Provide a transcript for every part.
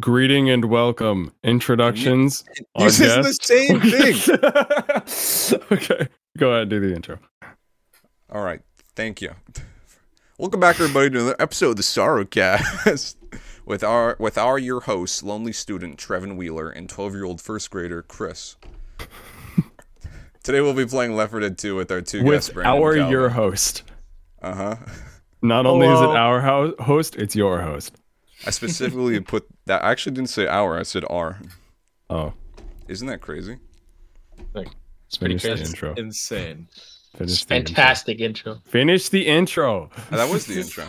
Greeting and welcome. Introductions. our This is the guest. same thing. okay. Go ahead, do the intro. All right. Thank you. Welcome back, everybody, to another episode of the Sorrowcast with our with our your hosts, lonely student Trevin Wheeler and twelve year old first grader Chris. Today we'll be playing Left 4 Dead 2 with our two guests, With Brandon our and your host. Uh huh. Not only is it Hello. our ho- host, it's your host. I specifically put that. I actually didn't say our. I said R. Oh, Isn't that crazy? It's pretty Finish the crazy. intro. Insane. finish the intro. Fantastic intro. Finish the intro. That was the intro.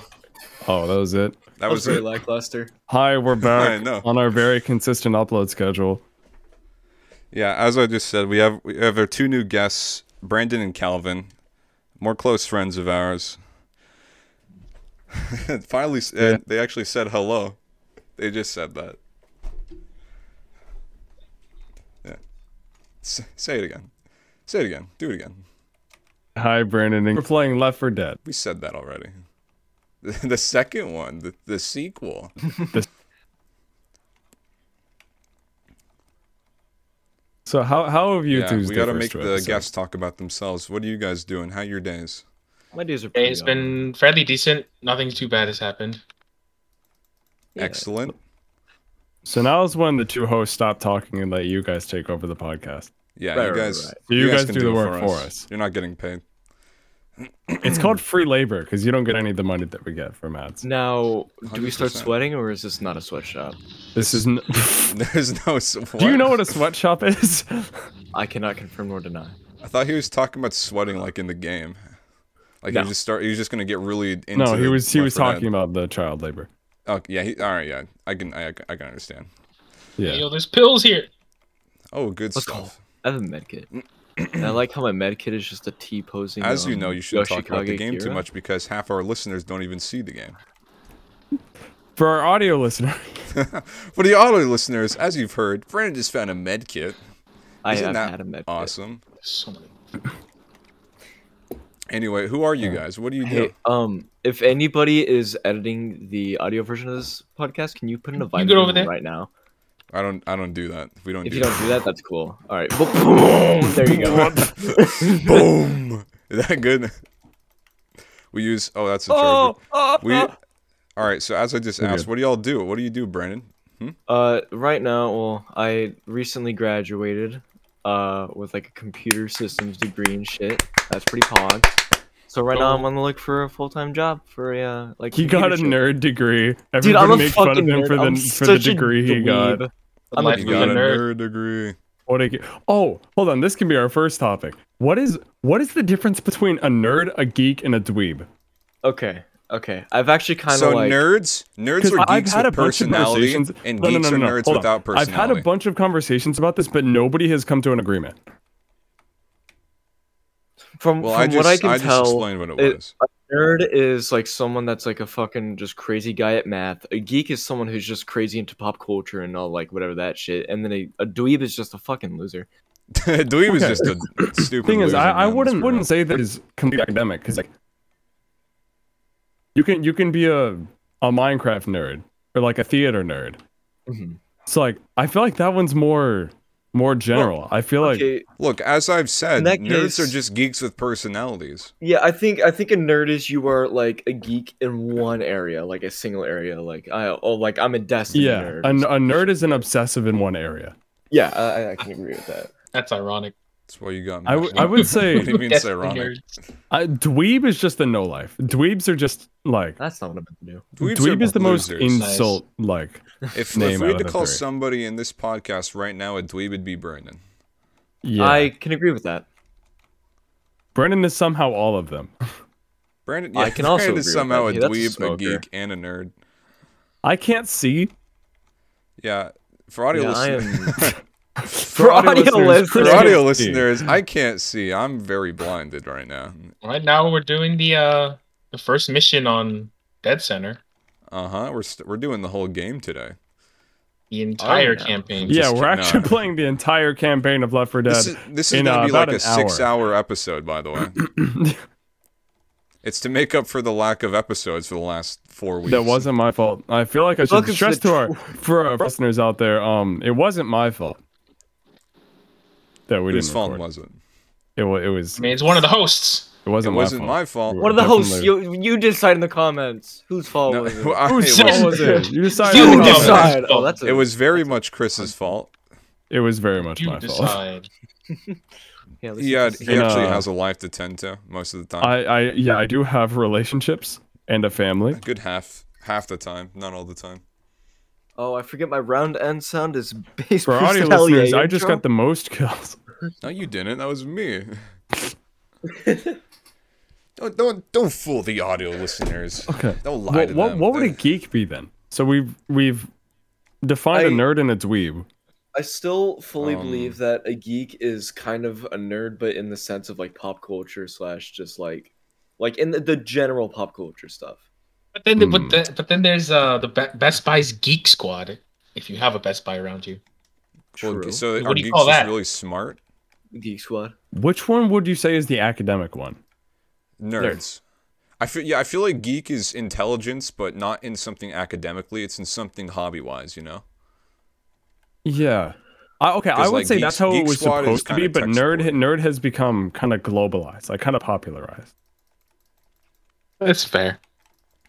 Oh, that was it. That That was was very it. lackluster. Hi, we're I back know. on our very consistent upload schedule. Yeah, as I just said, we have we have our two new guests, Brandon and Calvin, more close friends of ours. Finally, s- uh, they actually said hello. They just said that. Yeah. S- say it again. Say it again. Do it again. Hi, Brandon. and- We're playing Left for Dead. We said that already. The, the second one, the, the sequel. So how how have you yeah, two we got to differs make to the episodes? guests talk about themselves. What are you guys doing? How are your days? My days are Hey, pretty It's awesome. been fairly decent. Nothing too bad has happened. Yeah. Excellent. So now's when the two hosts stop talking and let you guys take over the podcast. Yeah, Right, you right, guys. right. You guys can do the it work for us. You're not getting paid. It's Mm. called free labor because you don't get any of the money that we get from ads. Now, do we start 100%. sweating or is this not a sweatshop? This is. N- There's no. Sweat. Do you know what a sweatshop is? I cannot confirm nor deny. I thought he was talking about sweating like in the game. Like No. he just start. He was just gonna get really into. no, he the was he Left was 4 Dead. talking about the child labor. Oh yeah. He, all right. Yeah. I can. I, I can understand. Hey, Yeah, yo, there's pills here. Oh, good Let's stuff. I have a med kit. and I like how my med kit is just a T posing. As you um, know, you shouldn't talk about the Yoshikage game too Kira. much because half our listeners don't even see the game. for our audio listener, For the audio listeners, as you've heard, Brandon just found a med kit. I Isn't have that had a med kit. Awesome. So many. Anyway, who are you guys? What do you do? Hey, um, if anybody is editing the audio version of this podcast, can you put in a vitamin go over there. right now? I don't. I don't do that. We don't. If do you don't do that, that's cool. All right, boom, there you go. that. Boom. Is that good? We use. Oh, that's the charger. oh, We all right. So as I just We're asked, what do y'all do? What do you do, Brandon? Uh, right now, well, I recently graduated, uh, with like a computer systems degree and shit. That's pretty pog. So right now, I'm on the look for a full time job for a uh, like. Oh. he got a computer shit. nerd degree. Everybody Dude, I'm a makes fucking fun of him nerd. for the I'm for the such a degree he got. dweeb. I'm like, like, You You got got a a nerd nerd degree. What a, ge- oh, hold on. This can be our first topic. What is what is the difference between a nerd, a geek, and a dweeb? okay, okay. I've actually kind of So like. nerds, nerds 'Cause are I've geeks had a with bunch of personality, conversations- and No, no, geeks no, no, no. are nerds Hold on. without I've had personality. a bunch of conversations about this, but nobody has come to an agreement. from well, from I just, what I can just tell, explained what it, it- was. nerd is like someone that's like a fucking just crazy guy at math. A geek is someone who's just crazy into pop culture and all like whatever that shit. And then a, a dweeb is just a fucking loser. Dewey was Okay. just a stupid. thing is, loser, I, I man, let's wouldn't be wouldn't real. say that is complete academic because like you can you can be a a Minecraft nerd or like a theater nerd. Mhm. So like I feel like that one's more more general. I feel like Okay, Look, as I've said, In that nerds are case- just geeks with personalities. Yeah, I think I think a nerd is you are like a geek in one area, like a single area. Like I oh, like I'm a Destiny yeah, nerd. a, a nerd is an obsessive in one area. yeah, I, I can agree with that. That's ironic. That's why you got. I, w- I would What do say you mean it's ironic? nerds. I, dweeb is just the no life. Dweebs are just like That's not what I'm meant to do. Dweebs dweeb are is the most losers. insult like. If, if name we out had to of the call three. somebody in this podcast right now, a dweeb would be Brandon. Yeah, I can agree with that. Brennan is somehow all of them. Brandon, yeah, I can also Brandon agree is with somehow that. a Hey, that's a dweeb, a smoker. geek, and a nerd. I can't see Yeah, for audio Yeah, I listeners. am for audio, audio listeners. Chris For Right. audio can't see. listeners, I can't see. I'm very blinded right now. Right now we're doing the uh the first mission on Dead Center. Uh huh. We're st- we're doing the whole game today. The entire no. campaign. Yeah, Just we're kidding. actually No. playing the entire campaign of Left 4 Dead. This is this is in, gonna uh, be like about a an six-hour episode, by the way. It's to make up for the lack of episodes for the last four weeks. That wasn't my fault. I feel like I should Welcome to stress the to our for our listeners out there. Um, it wasn't my fault that we Whose didn't fault record. was it? It, wa- it was I mean, it's one of the hosts. it It wasn't wasn't my my fault. What One of the hosts. Definitely. You you decide in the comments whose fault No, was it. I- fault. it said- What was was- it? You decide. You on You the decide. topic. decide. Oh, that's a, It was very much Chris's fault. It was very much You my fault. decide. Yeah, at least He it's had, the he And, actually uh, has a life to tend to most of the time. I, I yeah, I do have relationships and a family. a good half half the time, not all the time. Oh, I forget my round end sound is bass For our audio Brusalia listeners, I just intro. got the most kills. No, you didn't. That was me. don't don't don't fool the audio listeners. Okay. Don't lie What, to what, them. what would a They- geek be then? So we've we've defined a I- nerd and its weeb. I still fully Um, believe that a geek is kind of a nerd, but in the sense of like pop culture slash just like, like in the, the general pop culture stuff. But then, the- Hmm. but, the, but then there's uh the Be- Best Buy's Geek Squad. If you have a Best Buy around you, well, True. so What are do you geeks call just that? really smart? Geek Squad. Which one would you say is the academic one? Nerds. I feel yeah, I feel like geek is intelligence, but not in something academically. It's in something hobby wise, you know. Yeah. I, okay, I 'Cause, would like, say Geek- that's how Geek it was Squad is supposed to be, kinda but nerd nerd tech-support. has become kind of globalized, like kind of popularized. that's fair.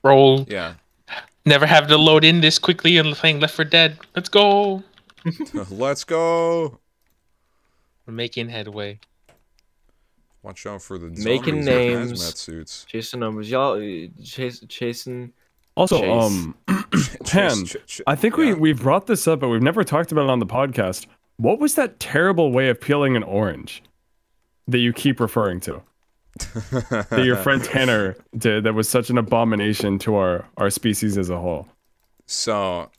Roll. Yeah. Never have to load in this quickly and playing Left for Dead. Let's go. Let's go. We're making headway. Watch out for the Making zombies names. with hazmat suits. Chasing numbers, y'all. uh, Chase, chasing. Also, Chase. um, Pan, Ch- ch- ch- I think we yeah. we brought this up, but we've never talked about it on the podcast. What was that terrible way of peeling an orange that you keep referring to? That your friend Tanner did that was such an abomination to our our species as a whole. So,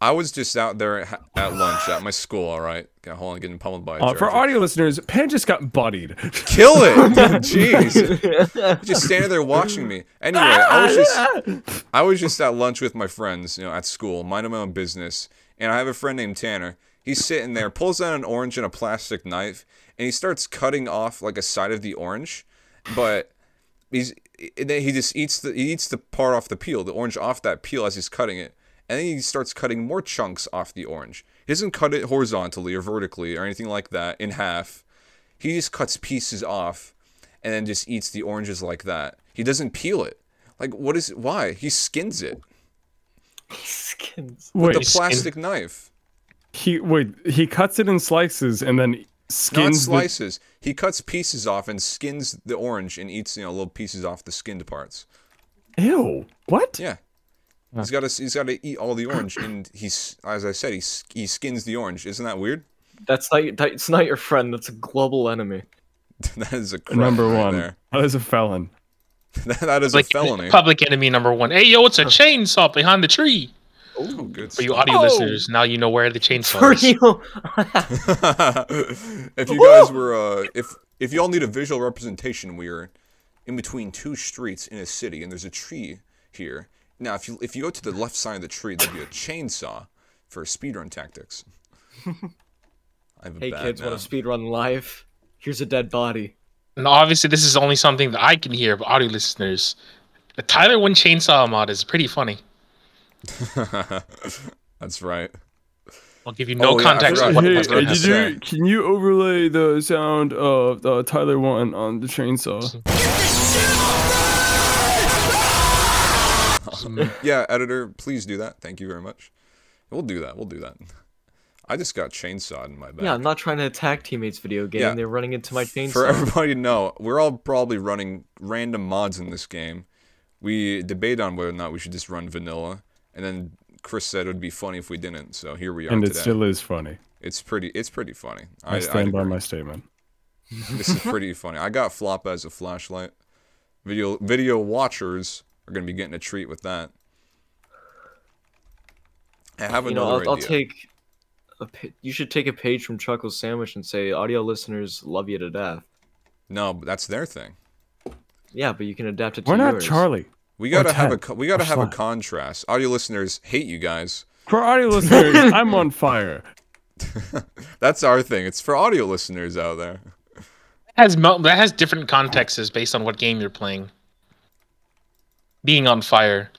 I was just out there at, at lunch at my school. All right, okay, hold on, getting pummeled by a Uh, for charger. audio listeners, Pan just got buddied. Kill it, jeez! Just standing there watching me. Anyway, I was just I was just at lunch with my friends, you know, at school, minding my own business, and I have a friend named Tanner. He's sitting there, pulls out an orange and a plastic knife, and he starts cutting off like a side of the orange, but he's and then he just eats the he eats the part off the peel, the orange off that peel as he's cutting it, and then he starts cutting more chunks off the orange. He doesn't cut it horizontally or vertically or anything like that in half. He just cuts pieces off and then just eats the oranges like that. He doesn't peel it. Like what is why? He skins it. Skins. wait, The He skin- plastic knife. he wait he cuts it in slices and then Not skins the slices. He cuts pieces off and skins the orange and eats, you know, little pieces off the skinned parts. Ew. What? Yeah. He's got to he's got to eat all the orange and he's as I said, he s- he skins the orange. Isn't that weird? That's not. your- That's not your friend. That's a global enemy. that is a crime Number right one. there. That is a felon. That, that is like a felony. public enemy number one. Hey yo, it's a chainsaw behind the tree. Oh, good For you stuff. audio Oh. listeners, now you know where the For chainsaw is. real. if you guys were uh if if y'all need a visual representation, we are in between two streets in a city and there's a tree here. Now if you if you go to the left side of the tree there'd be a chainsaw for speedrun tactics. I have a hey bad kids, now. want to speedrun live? Here's a dead body. And obviously, this is only something that I can hear, but audio listeners, the Tyler One chainsaw mod is pretty funny. That's right. I'll give you no Oh, yeah, I context forgot. on what Hey, the hey, person did has you- say. can you overlay the sound of uh, Tyler One on the chainsaw? Yeah, editor, please do that. Thank you very much. We'll do that. We'll do that. I just got chainsawed in my back. Yeah, I'm not trying to attack teammates' video game. Yeah. They're running into my chainsaw. For everybody to know, we're all probably running random mods in this game. We debated on whether or not we should just run vanilla, and then Chris said it would be funny if we didn't. So here we are And it today. still is funny. it's pretty. It's pretty funny. I, I'd stand by agree. my statement. this is pretty funny. I got flop as a flashlight. Video video watchers are gonna be getting a treat with that. I have you know, another I'll, I'll idea. take. A, pa- you should take a page from Chuckles Sandwich and say, "Audio listeners love you to death." No, but that's their thing. Yeah, but you can adapt it. to We're not yours. Charlie. We gotta have a 10, co- we gotta or have a slack. contrast. Audio listeners hate you guys. For audio listeners, I'm on fire. That's our thing. It's for audio listeners out there. has mul- that has different contexts based on what game you're playing. being on fire.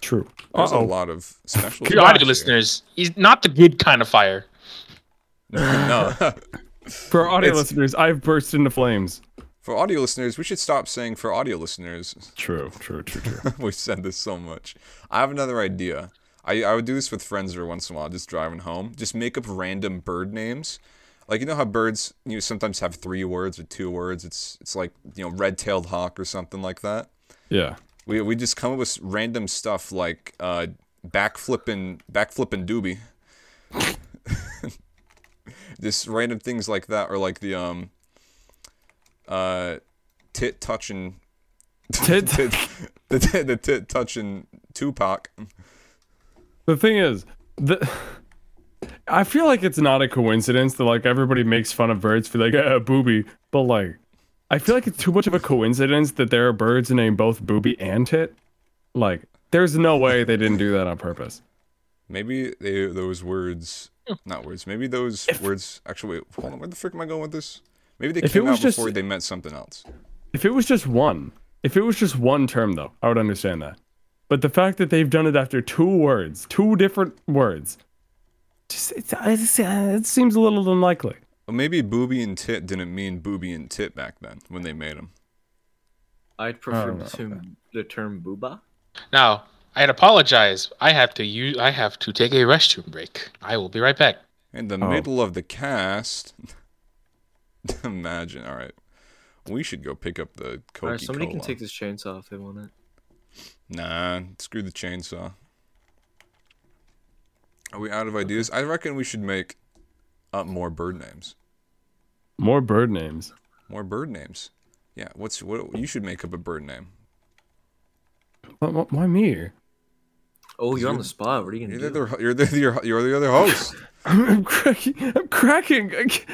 True. There's a Uh-oh. lot of special. For your audio effects here. listeners, is not the good kind of fire. No. For our audio It's- listeners, I've burst into flames. for audio listeners, we should stop saying for audio listeners. True, true, true, true. We've said this so much. I have another idea. I, I would do this with friends every once in a while, just driving home. Just make up random bird names. Like you know how birds you know, sometimes have three words or two words. It's it's like you know red tailed hawk or something like that. yeah. We we just come up with random stuff like uh, backflipping backflipping doobie. just random things like that, or like the um, uh, tit touching Tit- tit, the, tit- the tit touching Tupac. The thing is, the I feel like it's not a coincidence that like everybody makes fun of birds for like a booby, but like I feel like it's too much of a coincidence that there are birds named both booby and tit. Like, there's no way they didn't do that on purpose. Maybe they, those words, not words. Maybe those words. Actually, wait, hold on. Where the frick am I going with this? Maybe they If it came out was just- before they meant something else. If it was just one, if it was just one term though, I would understand that. But the fact that they've done it after two words, two different words, just it's, it's, it seems a little unlikely. Well, maybe booby and tit didn't mean booby and tit back then when they made them. I'd prefer don't know. to the term booba. Now, I'd apologize. I have to use. I have to take a restroom break. I will be right back. In the Oh. middle of the cast. Imagine. All right. We should go pick up the Coca All right, somebody can take this chainsaw if they want it. Nah, screw the chainsaw. Are we out of ideas? I reckon we should make up more bird names. More bird names. More bird names. Yeah, what's what you should make up a bird name. Why- why- Why me? Oh, you're on the spot. What are you You're gonna the do? other you're the you're, you're the other host. I'm, I'm cracking. I'm cracking. I can't.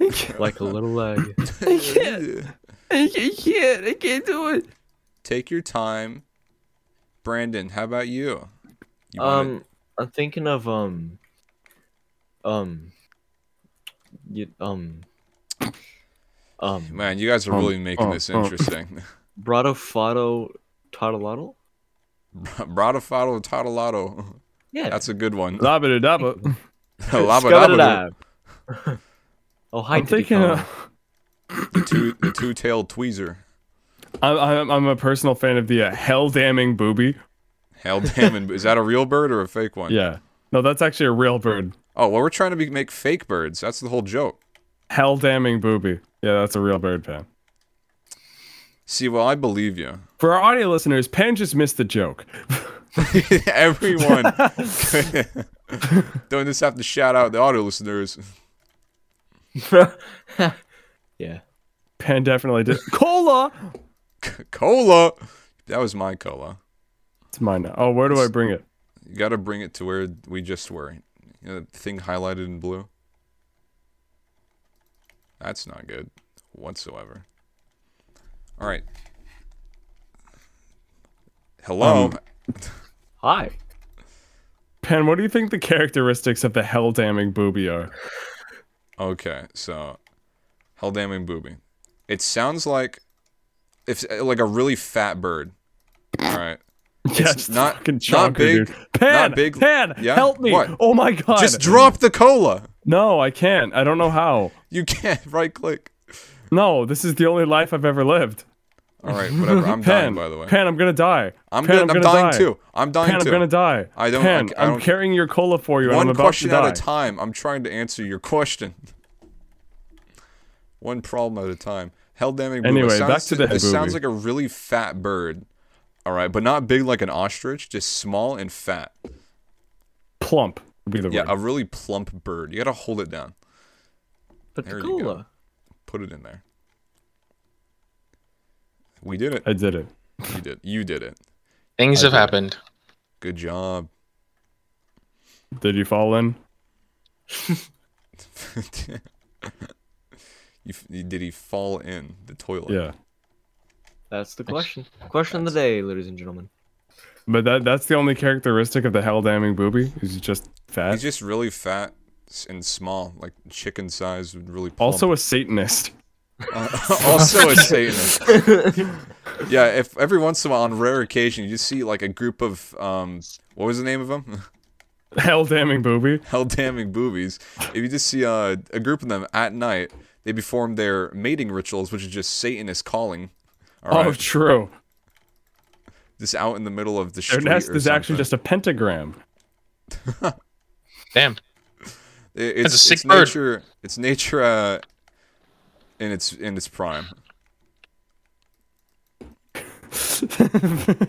I can't. Like a little leg. I can't. I can't- I can't. I can't do it. Take your time. Brandon, how about you? you wanna- um, I'm thinking of um, um, you, um, um, uh, man, you guys are um, really making um, this um. interesting. brado fado toddleaddle. Bradafato toddalato. Yeah, That's a good one. Dabba dabba. Labadabadoo. Scabadadab. oh, hi, I'm Diddy thinking. Kong. Uh, The two the two-tailed tweezer. I'm, I'm. I'm a personal fan of the uh, hell damning booby. Hell damn! and- Is that a real bird or a fake one? Yeah. No, that's actually a real bird. Oh, well, we're trying to be, make fake birds. That's the whole joke. Hell damning booby. Yeah, that's a real bird, Pan. See, well, I believe you. For our audio listeners, Pan just missed the joke. Everyone. Don't just have to shout out the audio listeners. yeah, Pan definitely did. Cola. Cola. That was my cola. It's mine now. Oh, where do I bring it? You got to bring it to where we just were. You know, the thing highlighted in blue. That's not good whatsoever. All right. Hello. Um, hi. Pan, what do you think the characteristics of the hell damning booby are? Okay, so hell damning booby. It sounds like if like a really fat bird. All right. Yes, it's not- fucking not chonker, big- dude. Pan, not big- Pan, yeah, help me! what? Oh my god! Just drop the cola. No, I can't. I don't know how. You can't right click. No, this is the only life I've ever lived. All right, whatever. I'm Pan, dying by the way. Pan, I'm gonna die. I'm Pan, good. I'm, dying die. too. I'm dying Pan, too. I'm gonna die. I don't- I Pan, c- I I am don't- carrying your cola for you, and I'm One about question to at die. a time. I'm trying to answer your question. One problem at a time. Hell damning booby. It Anyway, back sounds- to the It sounds booby. like a really fat bird. All right, but not big like an ostrich, just small and fat. Plump would be the Yeah, word. a really plump bird. You gotta hold it down. But There the you go. cola. Put it in there. We did it. I did it. You did. You did it. Things I have did. happened. Good job. Did you fall in? you, f- you- did he fall in the toilet? Yeah, That's the question. Question of the day, ladies and gentlemen. but that—that's the only characteristic of the hell damning booby. He's just fat. He's just really fat s- and small, like chicken sized, and really plump. also a Satanist. Uh, also a Satanist. Yeah, if every once in a while, on rare occasion, you see like a group of um, what was the name of them? Hell damning booby. Hell damning boobies. If you just see uh, a group of them at night, they perform their mating rituals, which is just Satanist calling. All right, Oh, true. just out in the middle of the Their street. nest or is actually something. just a pentagram. Damn. It- it's, a sick it's bird. nature. It's nature uh, in its in its prime.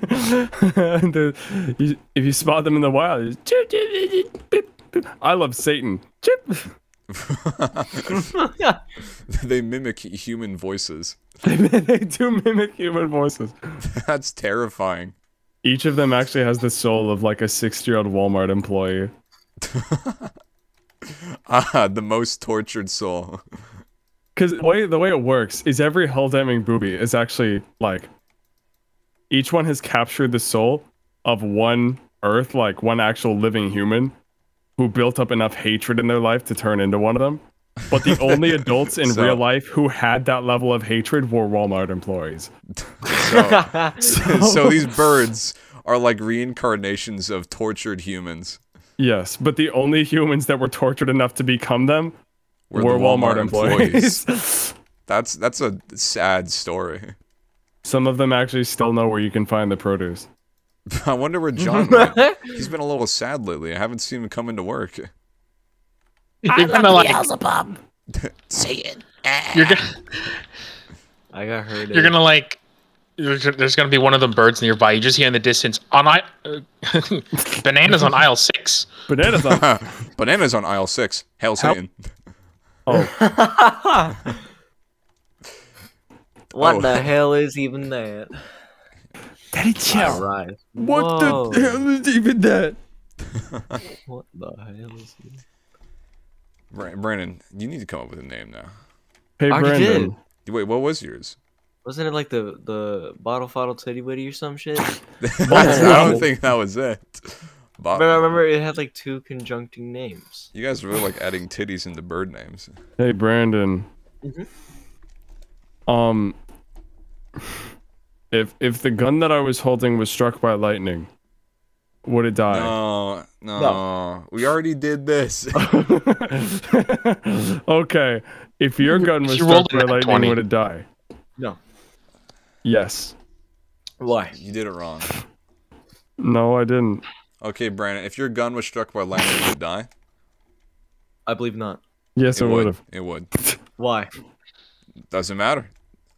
The- you- if you spot them in the wild, it's chip, chip, chip, chip, chip, chip. I love Satan. Chip. yeah. they mimic human voices. they do mimic human voices. That's terrifying. Each of them actually has the soul of like a 60 year old Walmart employee. Ah, the most tortured soul. Because the way, the way it works is every hell damning booby is actually like each one has captured the soul of one Earth, like one actual living human who built up enough hatred in their life to turn into one of them. But the only adults in So- real life who had that level of hatred were Walmart employees. So, so these birds are like reincarnations of tortured humans. Yes, but the only humans that were tortured enough to become them We're were, the Walmart, Walmart employees. That's that's a sad story. Some of them actually still know where you can find the produce. I wonder where John went. He's been a little sad lately. I haven't seen him come into work. You're gonna like you're gonna I got hurt. you're gonna like there's there's gonna be one of them birds nearby. You just hear in the distance on I uh, bananas on aisle six. Bananas on Bananas on aisle six. Hail Satan. What Oh. the hell is even that? Daddy Chow. Right. Oh. What Whoa. the hell is even that? What the hell is even Bra- Brandon, you need to come up with a name now. Hey, I already Brandon. did. Wait, what was yours? Wasn't it like the the bottle bottle titty witty or some shit? I don't think that was it. Bob, Remember, I remember it had like two conjuncting names. you guys really like adding titties into bird names. Hey, Brandon. Mm-hmm. Um, if if the gun that I was holding was struck by lightning, would it die? No, no, we already did this. okay. If your gun was You rolled struck by a nat lightning, 20. would it die? No. Yes. Why? you did it wrong. No, I didn't. Okay, Brandon, if your gun was struck by lightning, would it die? I believe not. Yes, it, would would. have. It would. Why? Doesn't matter.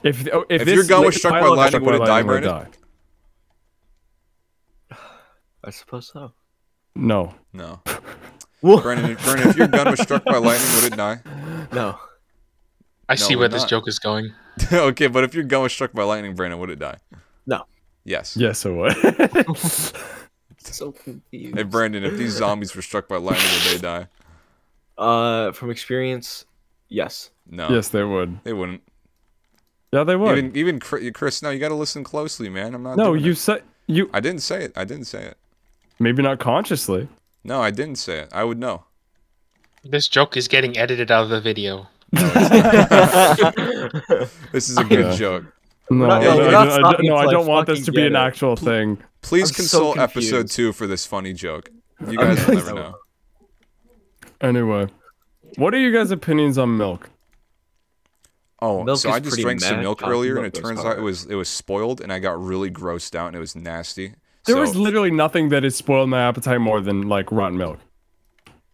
If oh, if, If this your gun was li- struck by pile was lightning, would it die, Brandon? I suppose so. No. No. What? Brandon, if, Brandon, if your gun was struck by lightning, would it die? No. I No, see where we're this not. joke is going. okay, but if your gun was struck by lightning, Brandon, would it die? No. Yes. Yes, it would. So confused. Hey, Brandon, if these zombies were struck by lightning, would they die? Uh, from experience, yes. No. yes, they would. They wouldn't. Yeah, they would. Even even Chri- Chris, no, you got to listen closely, man. I'm not. no, doing you It. said you I didn't say it. I didn't say it. maybe not consciously. No, I didn't say it. I would know. This joke is getting edited out of the video. This is a good joke. No, not- I yeah, don't- we're I not don't- I don't- stopping no, I till I don't want this fucking to be get an it. actual thing. Please I'm so consult episode confused. two for this funny joke. You guys will never know. Anyway, what are you guys' opinions on milk? Oh, Milk so is I just pretty drank some mad. milk God, earlier, and milk it goes turns out hard. it was it was spoiled, and I got really grossed out, and it was nasty. There so was literally nothing that has spoiled my appetite more than like rotten milk.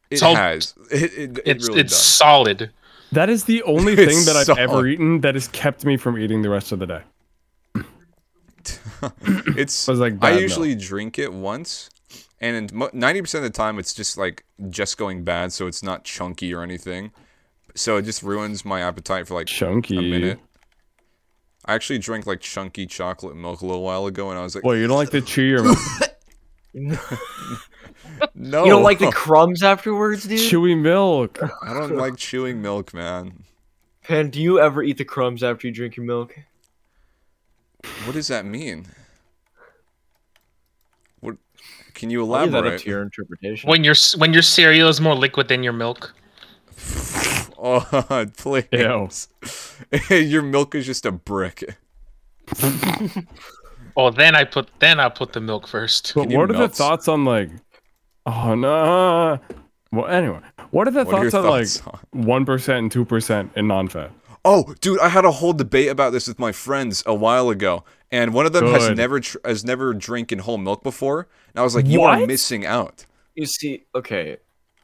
it So- has it, it, it It's really it's does. solid. That is the only It's thing that I've ever solid. eaten that has kept me from eating the rest of the day. It's was like bad I milk. usually drink it once, and ninety percent of the time it's just like just going bad, so it's not chunky or anything. So it just ruins my appetite for like Chunky. a minute. I actually drank like chunky chocolate milk a little while ago, and I was like, Well, you don't like to chew your "No, You don't like the crumbs afterwards, dude? chewy milk. I don't like chewing milk, man. Pan, do you ever eat the crumbs after you drink your milk? What does that mean? What? Can you Leave that up elaborate? to your interpretation. When your when your cereal is more liquid than your milk. Oh, please. Ew. Your milk is just a brick. Oh, then I put then I put the milk first. But you what are the melt- thoughts on like? Oh no. Well, anyway, what are the What are your thoughts on thoughts on- like one percent and two percent in non-fat? Oh, dude, I had a whole debate about this with my friends a while ago, and one of them has Good. never tr- has never drinking whole milk before, and I was like, "You are What? missing out." You see, okay,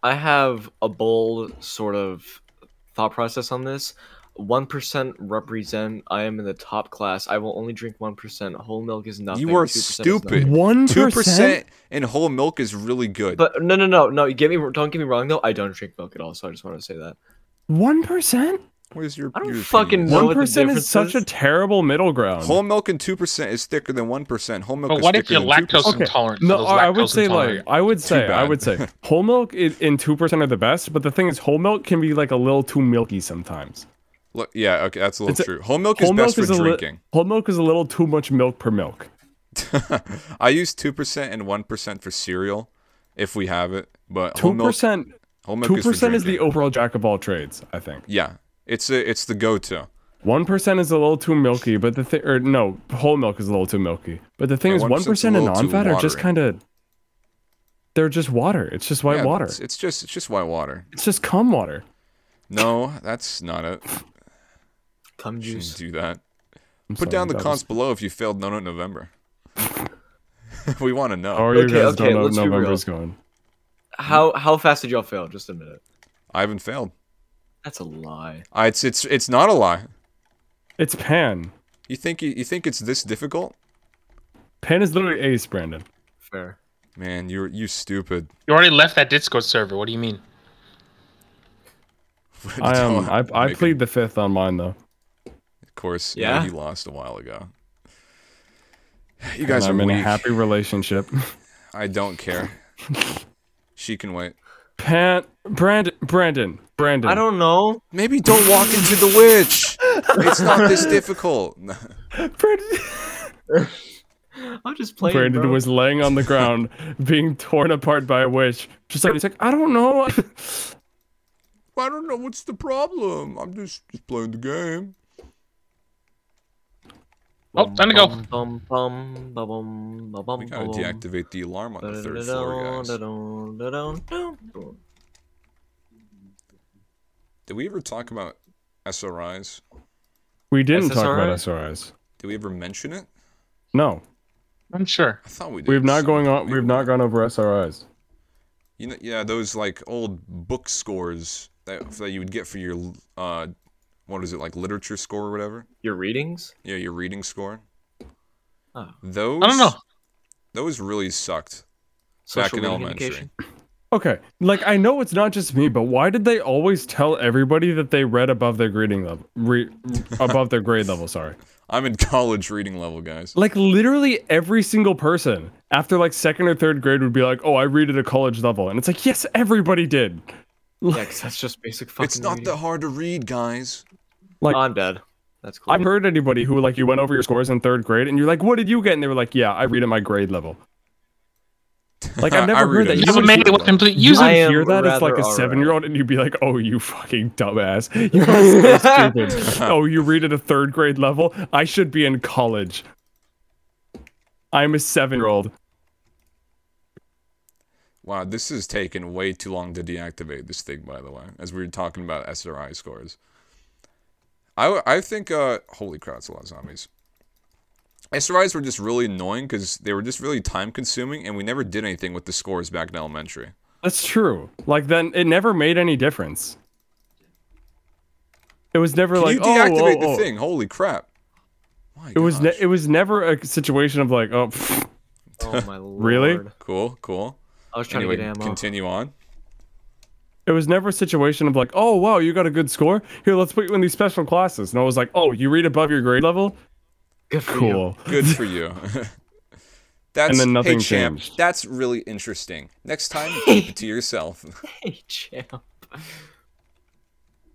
I have a bold sort of thought process on this. 1% represent I am in the top class. I will only drink 1%. Whole milk is nothing. You are 2% is stupid. nothing. One Two percent in whole milk is really good. But no, no, no, no. Get me don't get me wrong though. I don't drink milk at all, so I just want to say that. One percent. Where's your? I don't your fucking opinion? know what One the percent is difference such a is? terrible middle ground. Whole milk and two percent is thicker than one percent. Whole milk. But is what if thicker you're than 2%. lactose Okay. intolerant? No, Those I I would lactose say like intolerant. I would say I bad. would say whole milk i- in two percent are the best, but the thing is whole milk can be like a little too milky sometimes. Look- yeah, okay, that's a little It's a- true. Whole milk Whole is milk best is a for li- drinking. whole milk is a little too much milk per milk. I use two percent and one percent for cereal, if we have it. But whole Two milk, percent. whole Two milk is, for percent is the drinking. overall jack of all trades. I think yeah. It's a, it's the go-to. one percent is a little too milky, but the thing or no whole milk is a little too milky. But the thing Yeah, is, 1% one 's a percent and little too non-fat are just watery. kind of they're just water. It's just white Yeah, water. It's, It's, it's just it's just white water. just cum water. No, that's not it. Cum You juice. shouldn't do that. I'm sorry, Put down the that cons below if you failed No No November. we want to know. Was, or you Okay, guys okay, don't let's know be how real. November's going. How how fast did y'all fail? Just a minute. I haven't failed. That's a lie. I, it's it's it's not a lie. It's pan. You think you, you think it's this difficult? Pan is literally ace, Brandon. Fair. Man, you're you stupid. you already left that Discord server. What do you mean? I um, I, I Make a- plead the fifth on mine though. Of course, yeah, Yeah? he lost a while ago. You guys are I'm in weak. a happy relationship. I don't care. she can wait. Pan, Brandon, Brandon, Brandon. I don't know. Maybe don't walk into the witch. It's not this difficult. Brandon, I'm just playing. Brandon bro. was laying on the ground, being torn apart by a witch. Just like he's like, I don't know. I don't know what's the problem. I'm just, just playing the game. Oh, time to go. Bum, bum, bum, bum, bum, bum, We gotta bum. deactivate the alarm on the third floor, guys. Da-da-da-da-da-da-da-da-da-da. Did we ever talk about SRIs? We didn't talk SSRI? about SRIs. Did we ever mention it? No, I'm sure. I thought we did. we've not somewhere. going on. We've not gone over SRIs. You know, yeah, those like old book scores that, that you would get for your uh, what is it like literature score or whatever? Your readings? Yeah, your reading score. Oh. Those I don't know. Those really sucked. Back Social in reading elementary. indication? Okay, like I know it's not just me, but why did they always tell everybody that they read above their grading level, re, above their grade level? Sorry. I'm in college reading level, guys. Like literally every single person after like second or third grade would be like, "Oh, I read at a college level," and it's like, yes, everybody did. Yeah, 'cause that's just basic fucking It's not that hard to read, guys. like- I'm dead. That's cool. I've heard anybody who like you went over your scores in third grade and you're like, "What did you get?" and they were like, "Yeah, I read at my grade level." Like I I've never heard read at that. a You You haven't would, made it with complete you would using. I am hear that as like rather a alright. seven year old and you'd be like, "Oh, you fucking dumbass! You are so stupid! Oh, you read at a third grade level? I should be in college. I'm a seven year old. Wow, this has taken way too long to deactivate this thing, by the way, as we were talking about SRI scores. I, I think, uh, holy crap, it's a lot of zombies. SRIs were just really annoying because they were just really time consuming, and we never did anything with the scores back in elementary. That's true. Like then it never made any difference. It was never Can like you oh, deactivate oh, the oh." thing? Holy crap. My It was ne- gosh. it was never a situation of like oh pfft, Oh my lord. Really? cool, cool. I was trying Anyway, to get ammo. continue on. it was never a situation of like oh wow you got a good score here let's put you in these special classes and I was like oh you read above your grade level Good for you. cool Good for you. That's And then hey, nothing champ, changed. That's really interesting. Next time, keep it to yourself. Where Hey, champ.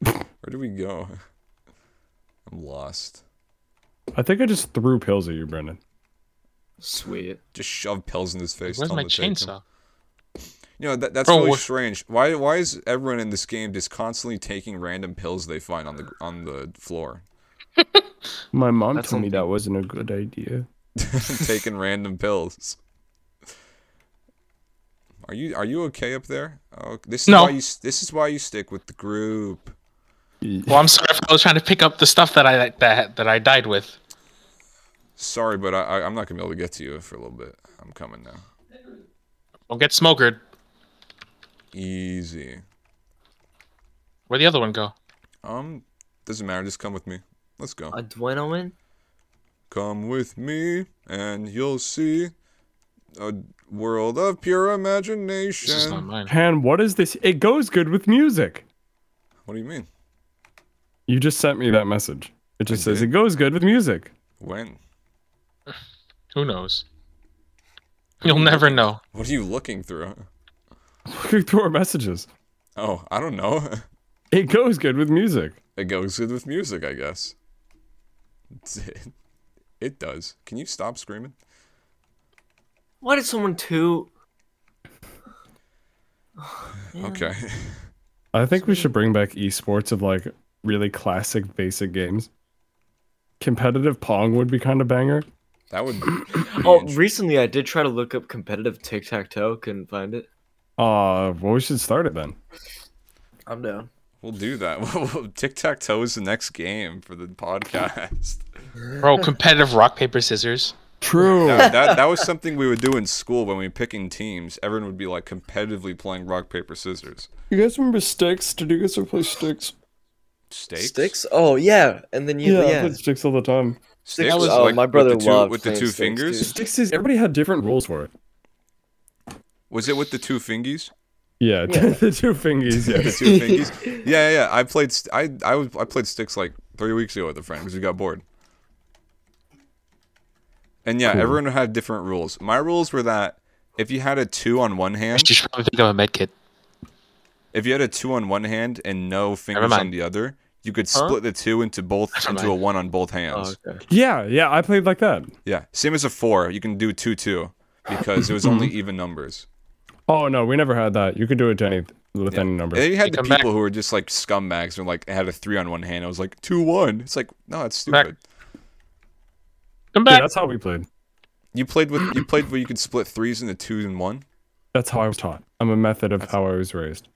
do we go? I'm lost. I think I just threw pills at you Brendan Sweet. Just shove pills in his face. Where's tell my him to take 'em. chainsaw? You know that, that's Bro, really what- strange. Why why is everyone in this game just constantly taking random pills they find on the on the floor, My mom That's told me something. that wasn't a good idea. taking random pills? Are you are you okay up there? Oh, this is No. why you s- this is why you stick with the group. Well, I'm sorry if I was trying to pick up the stuff that I that that I died with. Sorry, but I, I I'm not gonna be able to get to you for a little bit. I'm coming now. Don't get smokered. Easy. Where'd the other one go? Um, doesn't matter. Just come with me. Let's go. A Dwenoman? Come with me, and you'll see a world of pure This is not imagination. mine. Pan, what is this? It goes good with music. What do you mean? You just sent me that message. It just I says it did. goes good with music. When? Who knows? You'll never know. What are you looking through? Looking through our messages, Oh, I don't know. it goes good with music. It goes good with music, I guess. It, it does. Can you stop screaming? Why did someone toot? Okay. I think we should bring back esports of like really classic basic games. Competitive Pong would be kind of banger. That would. Be Oh, int- recently I did try to look up competitive tic tac toe, couldn't find it. Uh, well, we should start it then. I'm down. we'll do that. Tic tac toe is the next game for the podcast. Bro, competitive rock, paper, scissors. True. that, that, that was something we would do in school when we were picking teams. Everyone would be like competitively playing rock, paper, scissors. you guys remember Sticks? Did you guys ever play Sticks? Stakes? Oh yeah, and then you Yeah, yeah. I played Sticks all the time. Sticks? That was- oh, my brother with the two, loved with the playing two sticks, fingers. dude. Sticks is everybody had different rules for it. Was it with the two fingies? Yeah, the two fingies. The Yeah. two fingies. Yeah, yeah, yeah. I played. St- I I was I played sticks like three weeks ago with a friend because we got bored. And yeah, everyone had different rules. My rules were that if you had a two on one hand, You should probably think of a med kit. if you had a two on one hand and no fingers on mind. the other, you could Huh? split the two into both into a mind. one on both hands. Oh, okay. yeah, yeah, I played like that. Yeah, same as a four. You can do two two because it was only even numbers. Oh no, we never had that. You could do it to any with any number. And then you had You the come people back- who were just like scumbags and like had a three on one hand. I was like two one. It's like no, that's Back- stupid. Come Yeah, back. that's how we played. You played with you played where you could split threes into twos and one. That's how I was taught. I'm a method of how I was raised.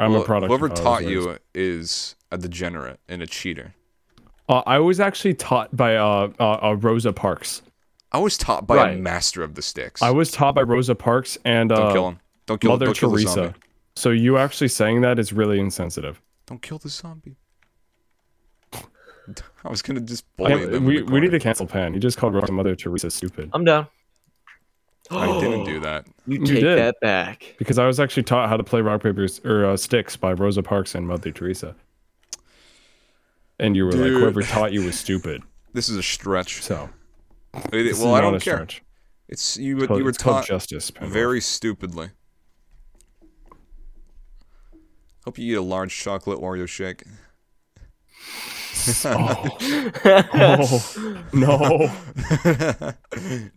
I'm Well, a product. Whoever of how I was taught raised. you is a degenerate and a cheater. Uh, I was actually taught by uh, uh, uh, Rosa Parks. I was taught by a Right. master of the sticks. I was taught by Rosa Parks and don't uh, kill him. Don't kill. Mother don't kill the Teresa. zombie. So you actually saying that is really insensitive. Don't kill the zombie. I was gonna just I bully am- them. we, in the we need to corner. cancel Pan. He just called Rosa Mother Teresa stupid I'm down. I didn't do that. You You take did. that back. because I was actually taught how to play rock papers or uh, sticks by Rosa Parks and Mother Teresa. And you were Dude. like, whoever taught you was stupid. This is a stretch. So It- this is well, I not don't a care. stretch. It's you. were- Called- you were it's called taught justice. Pan. very stupidly. Hope you eat a large chocolate Oreo shake. Oh, no.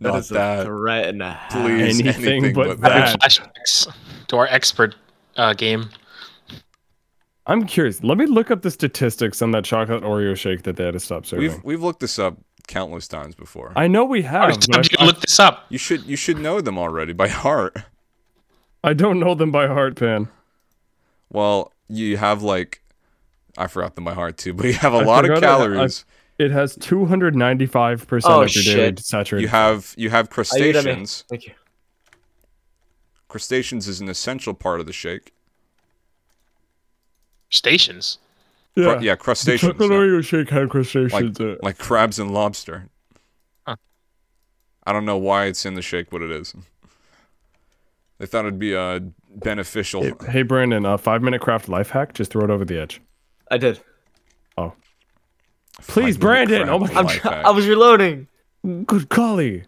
Not That's a that. threat and a half. Please, anything, Anything but but, that. that. Flashbacks to our expert uh, game. I'm curious. Let me look up the statistics on that chocolate Oreo shake that they had to stop serving. We've we've looked this up countless times before. I know we I have. told but you I, to look this up. you should you should know them already by heart. I don't know them by heart, Pan. Well, you have like I forgot them by heart too, but you have a I lot of forgot I- I- calories. It has 295 percent Oh, of your daily shit. saturated. you have you have I eat them. crustaceans. Thank you. Crustaceans is an essential part of the shake. Stations. Cru- yeah. yeah, The crustaceans. chocolate yeah. Oreo shake had like crustaceans. in it. like crabs and lobster. Huh. I don't know why it's in the shake, what it is. They thought it'd be uh, beneficial. Hey, hey, Brandon, a five minute craft life hack. Just throw it over the edge. I did. Please, Brandon. Five-minute crab Oh my life god. I'm tr- hack. I was reloading. Mm. Good golly.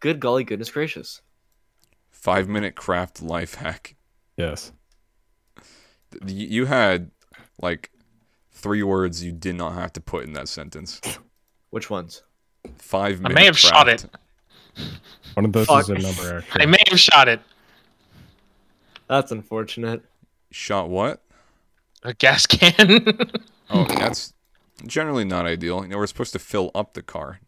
Good golly, goodness gracious. Five minute craft life hack. Yes. Th- You you had like three words you did not have to put in that sentence. Which ones? Five I minute. may have shot craft. it. One of those is Fuck. a number. Actually. I may have shot it. That's unfortunate. Shot what? A gas can. Oh, that's generally not ideal. You know, we're supposed to fill up the car.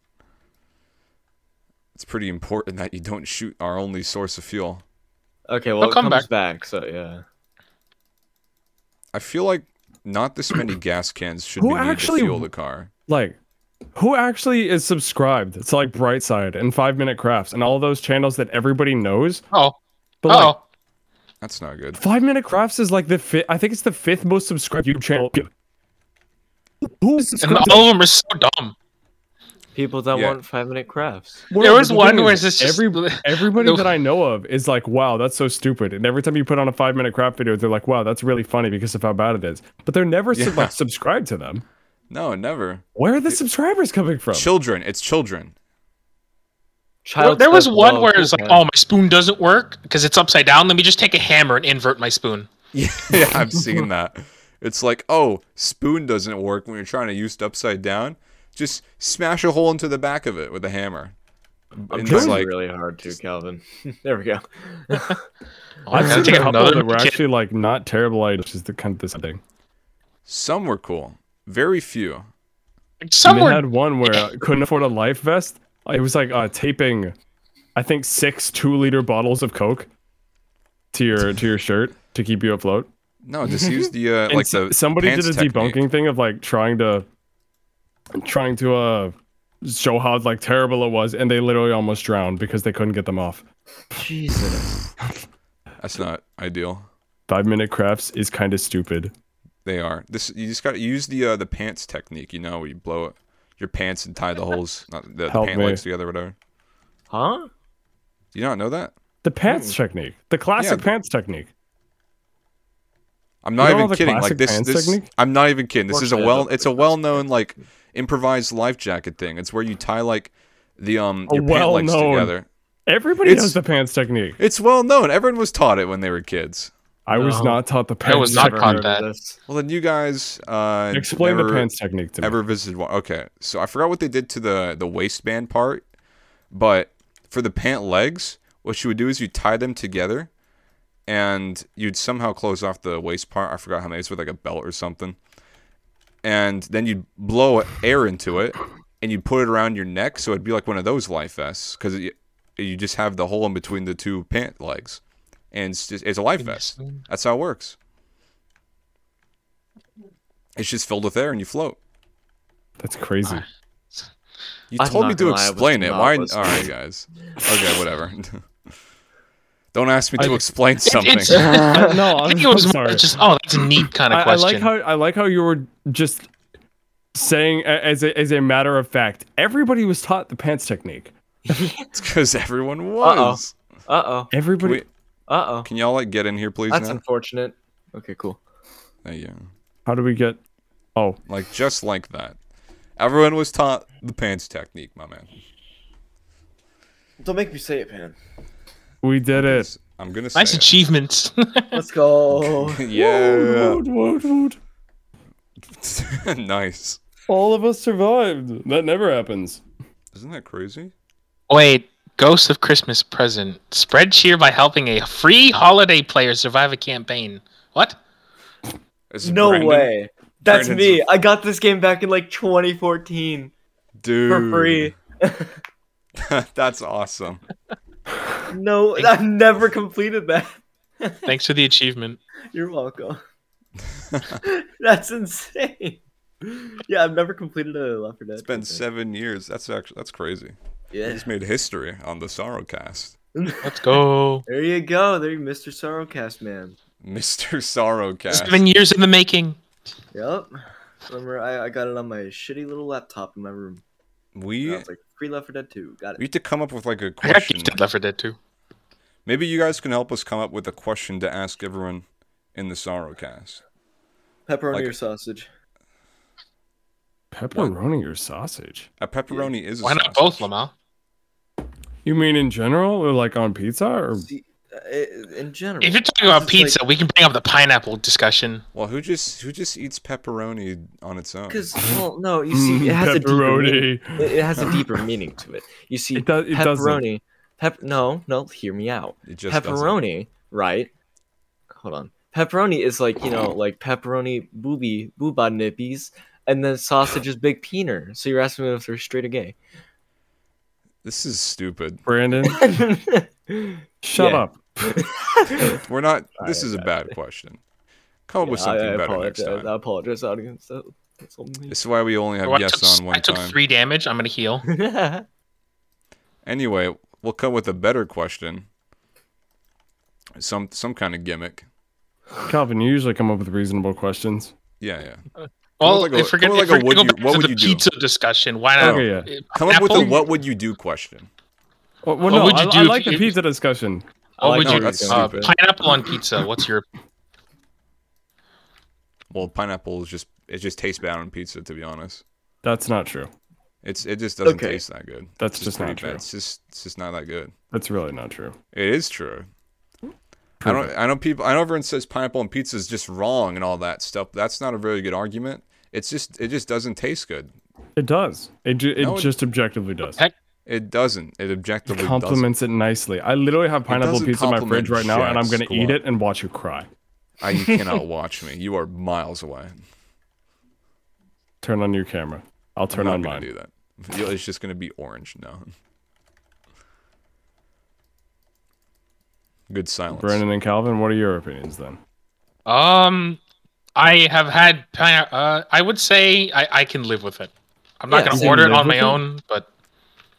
It's pretty important that you don't shoot our only source of fuel. Okay, well They'll it come comes back. so yeah. I feel like not this many gas cans should Who be needed actually- to fuel the car. Like, who actually is subscribed to like Brightside and Five Minute Crafts and all those channels that everybody knows? oh, But like, oh, That's not good. Five Minute Crafts is like the fifth. I think it's the fifth most subscribed YouTube channel. Who is and subscribed? to- all of them are so dumb. People that Yeah. want five minute crafts. Well, there but was the one thing where is, it's just every everybody No. that I know of is like, wow, that's so stupid. And every time you put on a Five Minute Craft video, they're like, wow, that's really funny because of how bad it is. But they're never sub- Yeah. like subscribed to them. No, never. Where are the subscribers coming from? Children. It's children. Well, Child there was stuff one love where it was like, content. "Oh, my spoon doesn't work because it's upside down. Let me just take a hammer and invert my spoon." Yeah, yeah, I've seen that. It's like, oh, spoon doesn't work when you're trying to use it upside down. Just smash a hole into the back of it with a hammer. I'm And trying it's like, really hard to, Calvin. there we go. I've gotta seen a take couple that were kid. actually like not terrible ideas, which is the kind of this thing. some were cool, very few. Some they were had one where I couldn't afford a life vest. It was like uh, taping, I think six two-liter bottles of Coke to your to your shirt to keep you afloat. No, just use the uh, And like so- the somebody did pants a technique. debunking thing of like trying to trying to uh show how like terrible it was and they literally almost drowned because they couldn't get them off Jesus. That's not ideal. five minute crafts is kind of stupid They are. This you just got to use the uh, the pants technique. You know, where you blow it, your pants and tie the holes, not the, the Help pant me. legs together, whatever. Huh? Do you not know that? the pants technique the classic Hmm. Yeah. pants technique I'm not don't know even the kidding. Like classic this, pants this technique? I'm not even kidding. This course is a I well, don't. it's a well-known like improvised life jacket thing. It's where you tie like the um A your pant legs well-known- together. everybody It's- knows the pants technique It's well known. Everyone was taught it when they were kids. i was No. not taught the I pants was not technique. caught Remember that. this. Well, then you guys uh, explain the never- pants technique to me ever visited one. Okay, so I forgot what they did to the the waistband part, but for the pant legs, what you would do is you tie them together, and you'd somehow close off the waist part. I forgot how many. It's with like a belt or something, and then you'd blow air into it, and you'd put it around your neck, so it'd be like one of those life vests because you just have the hole in between the two pant legs, and it's just it's a life vest. That's how it works. It's just filled with air and you float. that's crazy You I'm told me not gonna to lie, I was explain it. not Why? All listening. right, guys. Okay, whatever. Don't ask me to I- explain something. It's, I Uh, no i'm think it so was more sorry just, "Oh, that's a neat kind of I, I question." like how I like how you were just saying a- as a, as a matter of fact. Everybody was taught the pants technique. because everyone was. Uh oh. Everybody. Wait, Uh oh. can y'all like get in here, please? That's now? unfortunate. Okay, cool. Thank you. How do we get? Oh, Like just like that. Everyone was taught the pants technique, my man. Don't make me say it, Pan. we did it. Yes, I'm gonna say. nice it. achievements. Let's go. yeah. Woot, woot, woot. nice. All of us survived. That never happens. Isn't that crazy? Oh, Wait, Ghost of Christmas Present. Spread cheer by helping a free holiday player survive a campaign. What? Is no Brandon- way. That's Brandon's- me. Hey, I got this game back in like 2014 dude. for free. That's awesome. No, I've never completed that. Thanks for the achievement. You're welcome. That's insane. Yeah, I've never completed a Left 4 Dead. It's been seven years. That's actually that's crazy. We Yeah. just made history on the Sorrowcast. Let's go. There you go. There you Mr. Sorrowcast man. Mr. Sorrowcast. Seven years in the making. Yep. Remember I, I got it on my shitty little laptop in my room. we And I was like, free Left 4 Dead 2. Got we it. need to come up with like a I got question. gifted Left 4 Dead too. Maybe you guys can help us come up with a question to ask everyone in the Sorrowcast. Pepperoni like- or sausage. Pepperoni or sausage? A pepperoni is a Why not sausage. both, Lamal? You mean in general, or like on pizza, or See, uh, i- in general. If you're talking about It's like- pizza, we can bring up the pineapple discussion. Well, who just who just eats pepperoni on its own? Because well, no, you see, Mm, it has a deeper meaning. pepperoni? It, it has a deeper meaning to it. You see, It does- it doesn't. pepperoni. Pep- no, no, hear me out. It just doesn't. Pepperoni, right? hold on. Pepperoni is like you know like pepperoni booby booba nippies, and then sausage is big peener. So you're asking me if they're straight or gay? This is stupid. Brandon, shut Yeah. up. We're not. This is a bad question. Come up with Yeah, something I, I better apologize. next time. I apologize, audience. That, that's on me. This is why we only have Oh, I yes took, on I one took time. three damage. I'm gonna heal. Anyway, we'll come with a better question. Some some kind of gimmick. Calvin, you usually come up with reasonable questions. Yeah, yeah. Well, like a- if we're gonna, come on if like a we're gonna would go you- back what to would the you do? pizza discussion, why not? Okay, yeah. uh, Come up with a pineapple? what would you do question. Well, What no, would you I, do I if like the you- pizza discussion. I like What would oh, No, you? that's do? Uh, stupid. pineapple on pizza. What's your? Well, pineapple is just it just tastes bad on pizza. To be honest, That's not true. it's it just doesn't Okay. taste that good. That's It's just pretty not true. bad. It's just it's just not that good. That's really not true. It is true. I Prove don't. I know people. I know everyone says pineapple and pizza is just wrong and all that stuff. That's not a very good argument. It's just. It just doesn't taste good. It does. It, ju- it No, it- just objectively does. heck? It doesn't. It objectively doesn't. Compliments it nicely. I literally have pineapple doesn't pizza in my compliment fridge right now, and I'm jack going to eat squat. it and watch you cry. I, you cannot watch me. You are miles away. Turn on your camera. I'll turn I'm not on gonna mine. Do that. You- It's just gonna be orange. No. Good silence. Brandon and Calvin, what are your opinions then? Um, I have had. pine- Uh, I would say I, I can live with it. I'm Yeah, not you gonna can order it live on with my it? own, but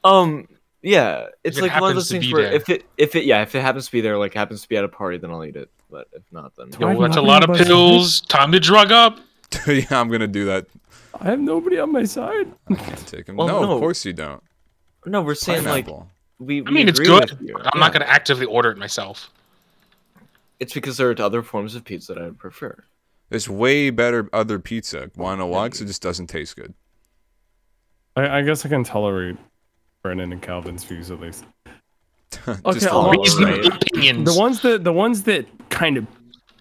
Um. Yeah, it's it like one of happens those to things be where there. if it if it yeah if it happens to be there like happens to be at a party then I'll eat it. But if not then Do yo, I have that's a nothing lot of but- pills. Time to drug up. yeah, I'm gonna do that. I have nobody on my side. I can't take him. Well, no, no. of course you don't. no, we're saying like Pineapple. we. I we mean, it's agree good. with you. but I'm not Yeah. gonna actively order it myself. It's because there are other forms of pizza that I would prefer. There's way better other pizza. Wanna know why? 'Cause it just doesn't taste good. I, I guess I can tolerate Brandon and Calvin's views at least. Okay, just I'll- all Alright. Reasonable right. The opinions. ones that the ones that kind of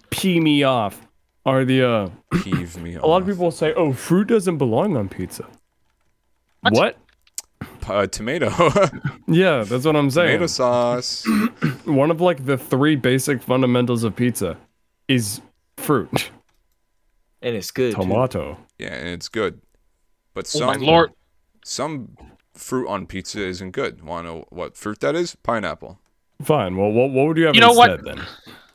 pee me off are the uh, peeve me. a lot of people will say, "Oh, fruit doesn't belong on pizza." What? uh, tomato, Yeah, that's what I'm saying. tomato sauce. One of like the three basic fundamentals of pizza is fruit, And it's good. too. tomato. Yeah, and it's good. But Oh my some lord! some fruit on pizza isn't good. Wanna know what fruit that is? Pineapple. Fine. Well, what, what would you have You know what? instead then?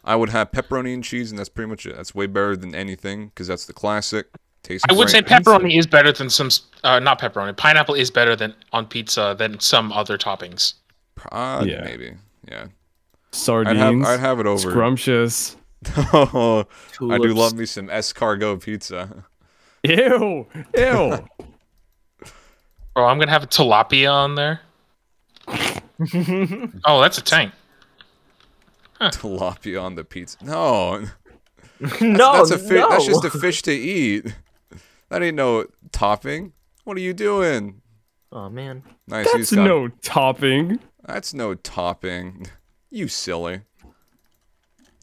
I would have pepperoni and cheese, and that's pretty much it. That's way better than anything because that's the classic. Tastes I would say great. pepperoni is better than some. s- Uh, not pepperoni. Pineapple is better than on pizza than some other toppings. Uh, Yeah. maybe. Yeah, I'd have Sardines, I'd have it over. scrumptious. I do Tulips. love me some escargot pizza. Ew, ew. Oh, I'm gonna have a tilapia on there. oh, that's a tank. Tilapia on the pizza. No, no, that's a fi- no. that's just a fish to eat. That ain't no topping. What are you doing? Oh man. Nice. you That's just got- no topping. That's no topping. You silly.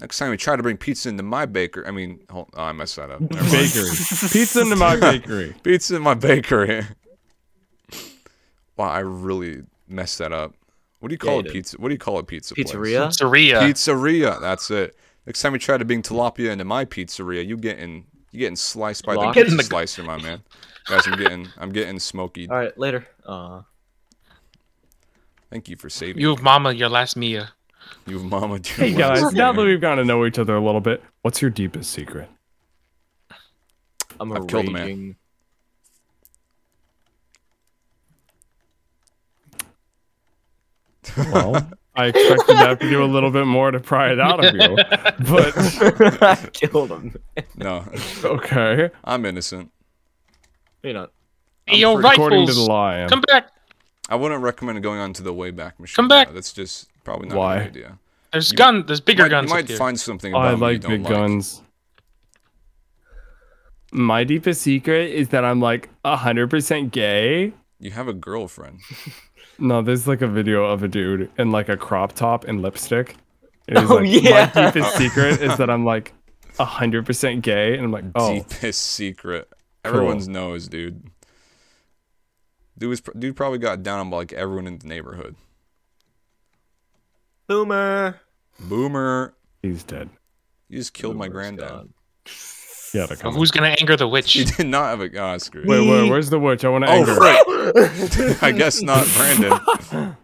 Next time we try to bring pizza into my baker, I mean, hold, oh, I messed that up. Never mind. Bakery. Pizza into my bakery. Pizza in my bakery. wow, I really messed that up. What do you call you it? did. Pizza? What do you call a pizza? place? Pizzeria. Pizzeria. Pizzeria. That's it. Next time we try to bring tilapia into my pizzeria, you getting you getting sliced by Lock. the Getting the- slicer, my man. Guys, I'm getting I'm getting smoky. All right, later. Uh, Thank you for saving You have mama your last meal. you, mama. Dude, Hey What is guys, now going that on? we've gotten to know each other a little bit, what's your deepest secret? I'm a I've killed a man. raging. Well, I expected that to do a little bit more to pry it out of you, but I killed him. no, okay. I'm innocent. You're not. Hey, yo, pretty- According to rifles. the lion, Come back. I wouldn't recommend going onto the Wayback Machine. Come back. though. That's just probably not Why? a good idea. There's gun. There's bigger you might, guns. You up might here. find something. About I me you like don't big guns. My deepest secret is that I'm like 100% gay. You have a girlfriend. No, there's like a video of a dude in like a crop top and lipstick. And he's Oh, like, yeah. My deepest secret is that I'm like 100% gay. And I'm like, oh, Deepest secret. Everyone's knows, dude. Dude was pr- dude probably got down on like everyone in the neighborhood. Boomer. Boomer. he's dead. You just killed my Lord granddad. God. Yeah, to Well, come. who's gonna anger the He witch? did not have a oh, screw. it. Wait, wait, where's the witch? I want to Oh, anger. her. right. I guess not, Brandon.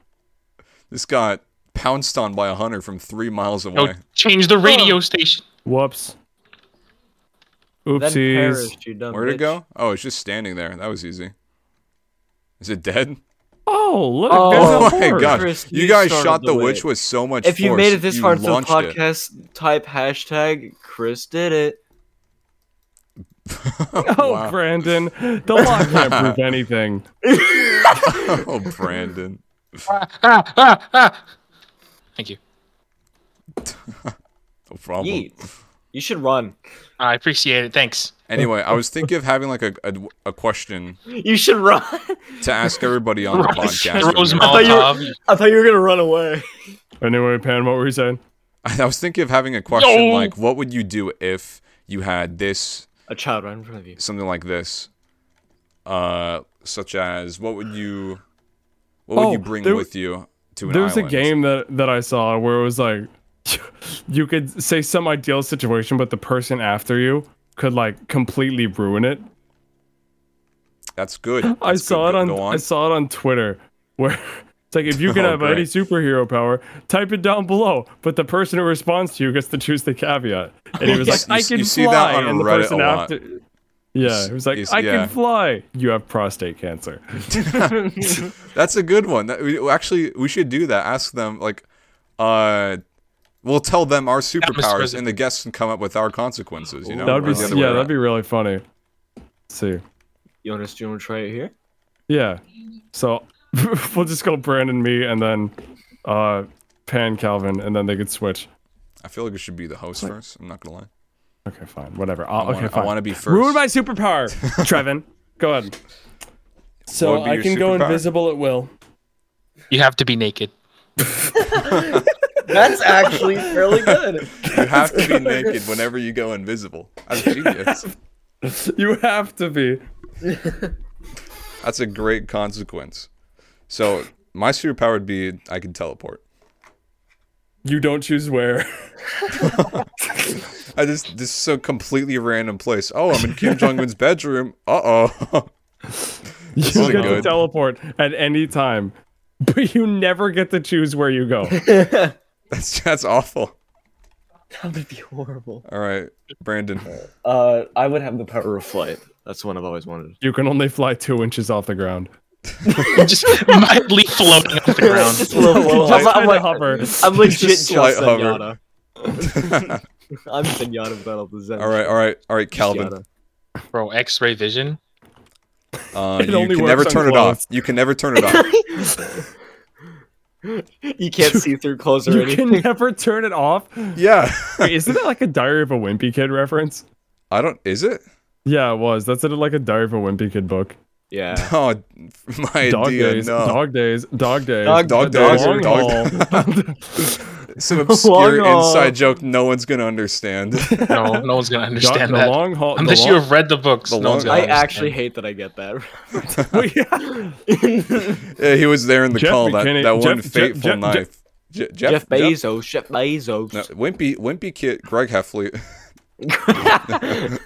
this got pounced on by a hunter from three Oh, miles No, away. change the radio station. Whoops. Then Oopsies. perish, you dumb Where'd it bitch. go? Oh, it's just standing there. That was easy. Is it dead? Oh, look. Oh, Oh, Oh, there's a my horse. gosh. Chris, you you guys started shot the, the witch witch. with so much If you force, made it this you far into the launched it. podcast, type hashtag Chris did it. Oh, Wow. Brandon. The law can't prove anything. oh, Brandon. Ah, ah, ah, ah. Thank you. No problem. Yeet. You should run. I appreciate it. Thanks. Anyway, I was thinking of having like a, a, a question You should run. to ask everybody on the podcast. when Rose we were- thought you were- Molotov. I thought you were gonna run away. Anyway, Pan, what were you saying? I was thinking of having a question No. like, what would you do if you had this, A child right in front of you. something like this, uh, such as what would you, what would Oh, you bring there- with you to an There was a island? game that, that I saw where it was like you could say some ideal situation, but the person after you could like completely ruin it. That's good. I That's good. saw it Go- on, go I saw it on Twitter where it's like if you could Oh, have great. any superhero power, type it down below. But the person who responds to you gets to choose the caveat. And he was You like, s- I you can see that fly. on and the Reddit person a lot. after Yeah, it was you like, s- I yeah. can fly. You have prostate cancer. That's a good one. That, we, actually, we should do that. Ask them like, uh, we'll tell them our superpowers, and President. the guests can come up with our consequences. You know, That would be rather s- than the yeah, other way that'd be really funny. Let's see. You want to, you want to try it here? Yeah. So we'll just go Brandon, me, and then uh Pan Calvin, and then they could switch. around. I feel like it should be the host first. I'm not gonna lie. Okay, fine. Whatever. I'll, I wanna- okay, I fine. want to be first. Ruin my superpower, Trevin. Go ahead. What So would be I your can go superpower? invisible at will. You have to be naked. That's actually fairly good. You have to be naked whenever you go invisible. That's genius. You have to be. That's a great consequence. So my superpower would be I can teleport. You don't choose where. I just this is so completely random place. Oh, I'm in Kim Jong Un's bedroom. Uh oh. You isn't get to good. teleport at any time, but you never get to choose where you go. That's that's awful. That would be horrible. All right, Brandon. Uh, I would have the power. or a flight. That's the one I've always wanted. You can only fly two inches off the ground. Just mildly floating off the ground. Just a little You low. just I'm, try I'm to like, hover. I'm legit just Just slight hover. Zenyatta. I'm Zenyatta without all the Zen. All right, all right, all right, Calvin. Zenyatta. Bro, X-ray vision. Uh, It you only can never works on turn it clothes. off. You can never turn it off. You can't see through clothes or You anything. can never turn it off. Yeah. Wait, isn't that like a Diary of a Wimpy Kid reference? I don't. Is it? Yeah, it was. That's it, like a Diary of a Wimpy Kid book. Yeah. Oh, my Dog idea. days, no. dog days, dog days, Dog- Dog the days, long dog- haul. Some obscure Long haul. inside joke no one's gonna understand. No, no one's gonna Dog- understand the that. long haul. the Unless you long- have read the books, The no one's long- gonna I understand. actually hate that I get that. Well, yeah. Yeah, he was there in the Jeff call McKinney- that, that one Jeff- Jeff- fateful Jeff- knife. Jeff- Je- Jeff, Jeff Bezos. Jeff Bezos. no, wimpy, wimpy kid, Greg Heffley,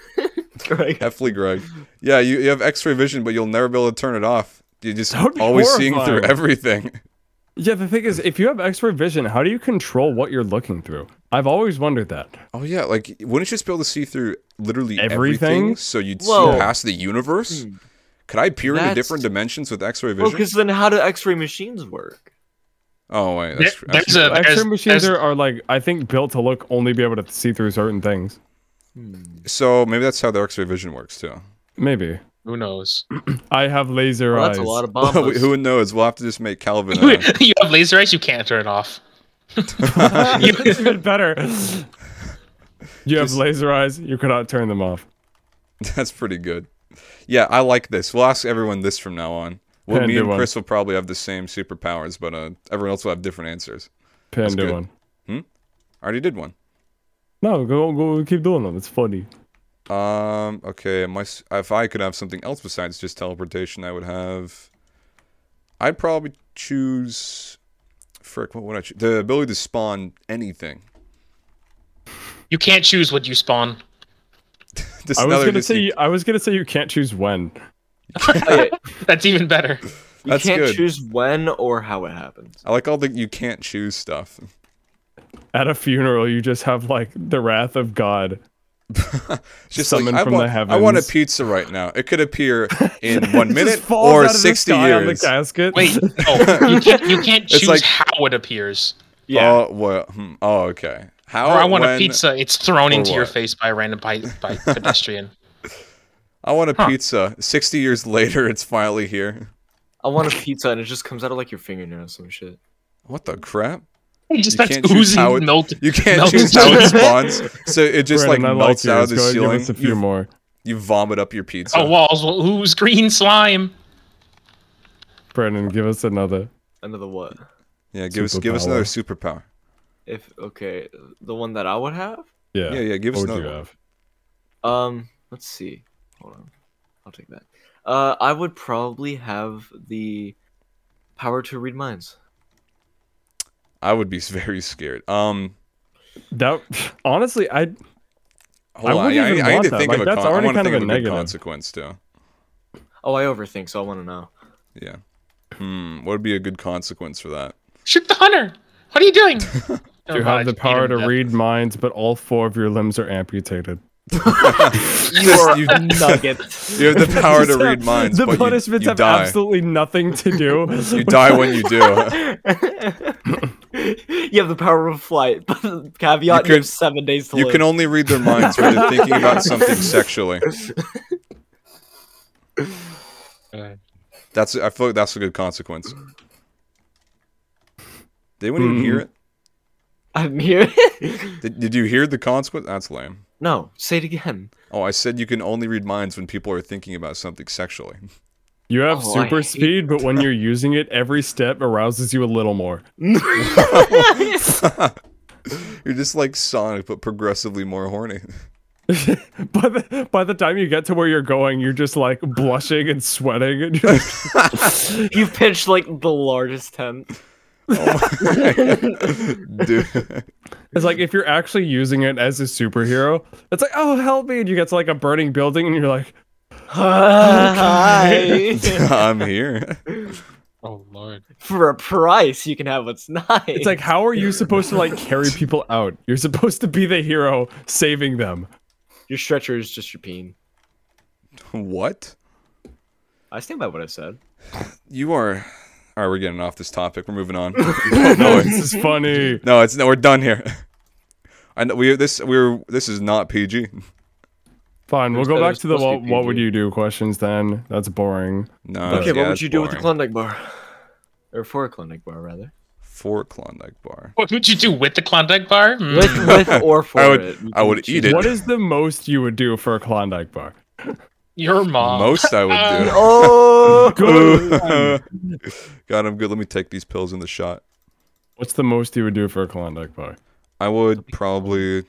Right. Heffley Greg. Yeah, you, you have X-ray vision, but you'll never be able to turn it off. You're just That would be always seeing through horrifying. everything. yeah, the thing is, if you have expert vision, how do you control what you're looking through? I've always wondered that. Oh yeah, like wouldn't you just be able to see through literally everything? Everything? Hmm. so you'd Whoa. see past the universe. Could I peer into That's- different dimensions with X-ray Well, vision? because then how do X-ray machines work? oh wait, There- that's, that's there's a- true. X-ray As- machines as- are, are like, I think, built to look only be able to see through certain things. so maybe that's how the X-ray vision works too. Maybe. Who knows? I have laser Well, eyes. that's a lot of Who bombs. who knows? We'll have to just make Calvin. Uh, you have laser eyes. You can't turn it off. it's even better. You have laser eyes. You cannot turn them off. That's pretty good. Yeah, I like this. We'll ask everyone this from now on. Well, Yeah, me do and one. Chris will probably have the same superpowers, but uh, everyone else will have different answers. Pan do good. one. I already did one. No, go go keep doing them. It's funny. Um. Okay. My, s- if I could have something else besides just teleportation, I would have. I'd probably choose. Frick. What would I choose? The ability to spawn anything. You can't choose what you spawn. This I was another gonna Disney- say you, I was gonna say you can't choose when. Oh, yeah, That's even better. you That's can't good. choose when or how it happens. I like all the you can't choose stuff. At a funeral, you just have like the wrath of God. It's Just Summoned like, from I, the want, I want a heavens. pizza right now. It could appear in one It just minute falls or out of the sixty sky on the years. casket. Wait, no, you can't. You can't It's choose like- how it appears. Yeah. Oh well. hmm, Oh okay. How? or I want when- a pizza. It's thrown or into your what? face by a random by, by pedestrian. I want a Huh. pizza. Sixty years later, it's finally here. I want a pizza and it just comes out of like your fingernail or some shit. What the crap? It just You that's can't choose oozing how it- melt. You can't Melts choose how it down. spawns, so it just Brandon, like I melts yours. out of the Go ahead, ceiling. Give us a few you, more. you vomit up your pizza. Oh walls, well, who's green slime? Brennan, give us another. Another what? Yeah, give us give us another superpower. If okay, the one that I would have. Yeah. Yeah, yeah, give us What would another. you have? one. Um, let's see. Hold on. I'll take that. Uh, I would probably have the power to read minds. I would be very scared. Um, That honestly, I hold I on. I, wouldn't even I need want to that. think of Like, a. that's Con- I already want to kind think of of a a good negative. consequence too. Oh, I overthink, so I want to know. Yeah. Hmm. What would be a good consequence for that? Shoot the hunter. What are you doing? Oh, you God, I have the just beat power him to death. read minds, but all four of your limbs are amputated. You Just- are you- a nugget. You have the power to So, read minds, The but you, punishments you have die. absolutely nothing to do. you die when you do. you have the power of flight, but the caveat you, can- have seven days to You live. can only read their minds when they're thinking about something sexually. Uh, That's I feel like that's a good consequence. Did anyone even hear it? I'm here. Did, did you hear the consequence? That's lame. no, say it again. Oh, I said you can only read minds when people are thinking about something sexually. You have Oh, I super hate speed, but when you're using it, every step arouses you a little more. You're just like Sonic, but progressively more horny. By the, by the time you get to where you're going, you're just like blushing and sweating. And you're like, You pitched like the largest tent. Dude. it's like if you're actually using it as a superhero, it's like, oh, help me. And you get to like a burning building and you're like, Hi. I'm here. oh lord. For a price, you can have what's nice. it's like, how are you supposed to like carry people out? You're supposed to be the hero saving them. your stretcher is just your peen. What? I stand by what I said. You are. All right, we're getting off this topic. We're moving on. no, it's, Oh, This is funny. no, it's no. We're done here. I know we this we're this is not PG. Fine, we'll There's go other back to the supposed to what, be what would PG. you do questions then. That's boring. No. Oh, yeah, Okay, what would it's you do with the boring. Klondike bar? Or for a Klondike bar, rather. for Klondike bar? What would you do with the Klondike bar? Mm. With, with or for I would it. I would eat it. What is the most you would do for a Klondike bar? Your mom. Most I would do. Ah. Oh! God, I'm good. Let me take these pills in the shot. What's the most you would do for a Klondike bar? I would probably,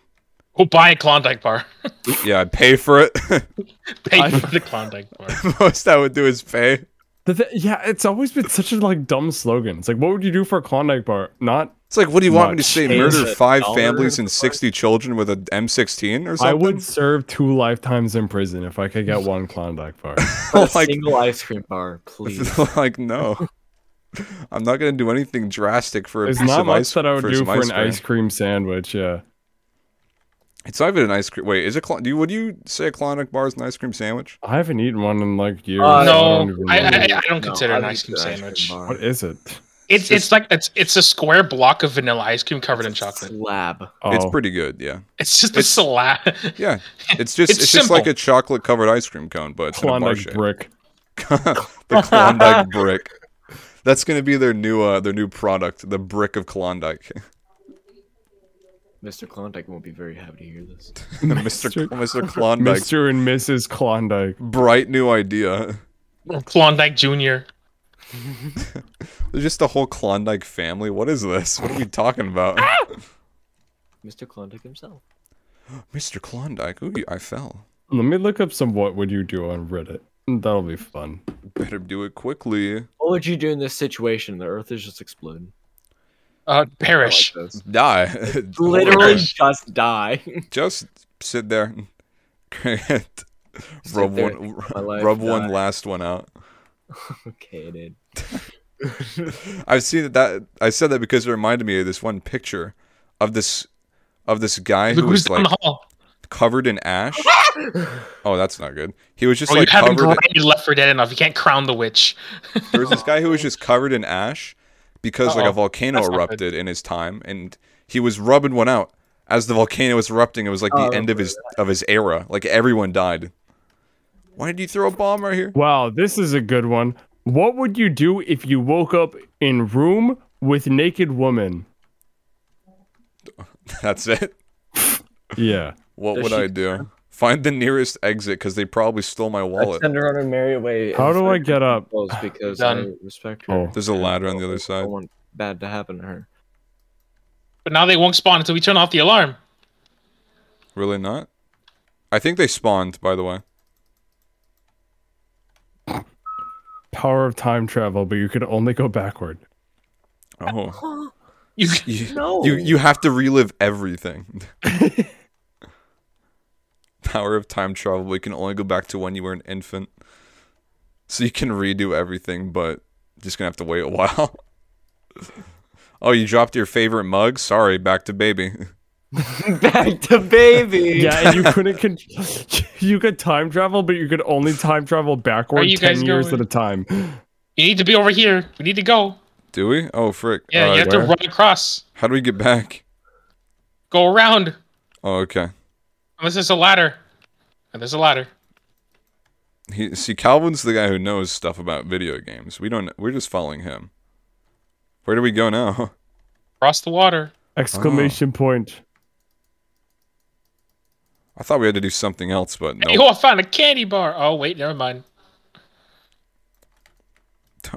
Who buy a Klondike bar? yeah, I'd pay for it. Pay I- for the Klondike bar. Most I would do is pay. The th- yeah, it's always been such a like dumb slogan. It's like, what would you do for a Klondike bar? Not It's like, what do you want me to Much. say? Pay Murder is a five dollar families for and 60 children with an M16 or something? I would serve two lifetimes in prison if I could get one Klondike bar. A like- single ice cream bar, please. like, no. I'm not going to do anything drastic for a There's piece not of much ice that I would do some for an cream. ice cream sandwich. Yeah, It's not even an ice cream. Wait, is it? Cl- do you, would you say a Klondike bar is an ice cream sandwich? I haven't eaten one in like years. Uh, I don't no, even I, I, know. I- I don't No, consider an I'd ice eat cream the ice cream sandwich. bar. what is it? It's it's like it's it's a square block of vanilla ice cream covered in chocolate. Slab. Oh, It's pretty good, yeah. It's just a slab. Yeah, it's just it's, It's just like simple. a chocolate covered ice cream cone, but it's in Klondike a bar brick. shape. the Klondike brick. That's gonna be their new uh, their new product, the brick of Klondike. Mr. Klondike won't be very happy to hear this. Mr. Mr. Klondike, Mr. and Mrs. Klondike. bright new idea. Klondike Junior. There's just a whole Klondike family. What is this? What are we talking about? Mr. Klondike himself. Mr. Klondike. Ooh, I fell. Let me look up some what would you do on Reddit. That'll be fun. Better do it quickly. What would you do in this situation? The earth is just exploding. Uh, perish. I like this. Die. Literally Perish. just die. Just sit there. rub there, one, my life, rub one die. last one out. okay, dude. I've seen that, that. I said that because it reminded me of this one picture of this of this guy who Look who's was down like the hall. covered in ash. oh, that's not good. He was just Oh, like you haven't covered. in- grinded Left for Dead enough. You can't crown the witch. There was this guy who was just covered in ash because like a Uh-oh. volcano That's not good. erupted in his time, and he was rubbing one out as the volcano was erupting. It was like the end of his of his era. Like everyone died. Why did you throw a bomb right here? Wow, this is a good one. What would you do if you woke up in room with naked woman? That's it. Yeah. What Does would she- I do? Find the nearest exit because they probably stole my I wallet. send her on her merry way. How and do I send her get up? clothes Because Done. I respect her. Oh. There's a ladder on the other I side. Oh. don't want bad to happen to her. But now they won't spawn until we turn off the alarm. Really not? I think they spawned, by the way. Power of time travel, but you could only go backward. Oh. You, You, No. you, you have to relive everything. Power of time travel, but you can only go back to when you were an infant. So you can redo everything, but just gonna have to wait a while. oh, you dropped your favorite mug? Sorry, back to baby. Back to baby. Yeah, and you couldn't. Con- you could time travel, but you could only time travel backward you ten guys years going? at a time. you need to be over here. We need to go. Do we? Oh frick. Yeah, Uh, you have to where? run across. How do we get back? Go around. Oh, okay. Unless there's a ladder. And there's a ladder. He, see, Calvin's the guy who knows stuff about video games. We don't. We're just following him. Where do we go now? Cross the water. Exclamation Oh. point. I thought we had to do something else, but no. Hey, oh, I found a candy bar. Oh, wait, never mind.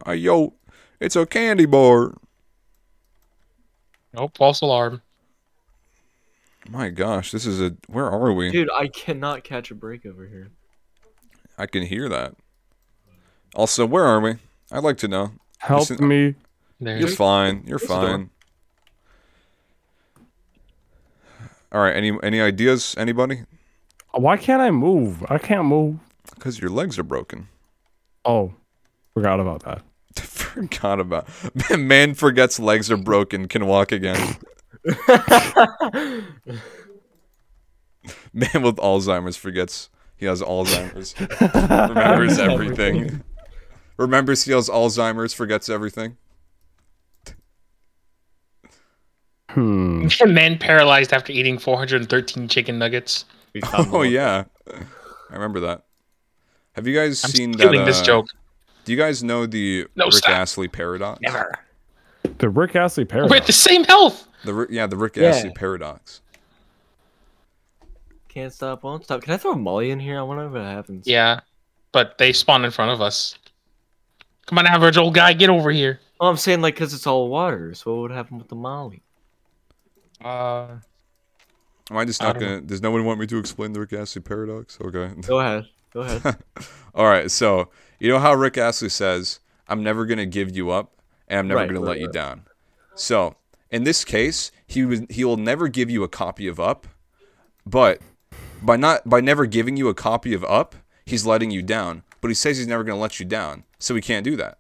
Uh, yo, it's a candy bar. Nope, false alarm. My gosh, this is a. Where are we? Dude, I cannot catch a break over here. I can hear that. Also, where are we? I'd like to know. Help Listen, uh, me. There You're it is. fine. You're the door. fine. All right. Any any ideas? Anybody? Why can't I move? I can't move. Because your legs are broken. Oh, forgot about that. Forgot about. Man forgets legs are broken. Can walk again. Man with Alzheimer's forgets he has Alzheimer's. Remembers everything. Remembers he has Alzheimer's, forgets everything. Hmm. Man paralyzed after eating 413 chicken nuggets. We found Oh one. yeah. I remember that. Have you guys I'm seen that? stealing this uh, joke. Do you guys know the No, Rick stop. Astley paradox? Never. The Rick Astley We're at paradox. the same health. The Ri- yeah, the Rick Yeah. Astley paradox. Can't stop, won't stop. Can I throw a Molly in here? I wonder if it happens. Yeah, but they spawn in front of us. Come on, average old guy, get over here. Oh, I'm saying like because it's all water. So what would happen with the Molly? Uh, Am I just I not don't gonna? Does no one want me to explain the Rick Astley paradox? Okay. Go ahead. Go ahead. All right. So you know how Rick Astley says, "I'm never gonna give you up, and I'm never Right, gonna right, let you right. down." So in this case, he was he will never give you a copy of Up, but by not by never giving you a copy of Up, he's letting you down. But he says he's never gonna let you down, so he can't do that.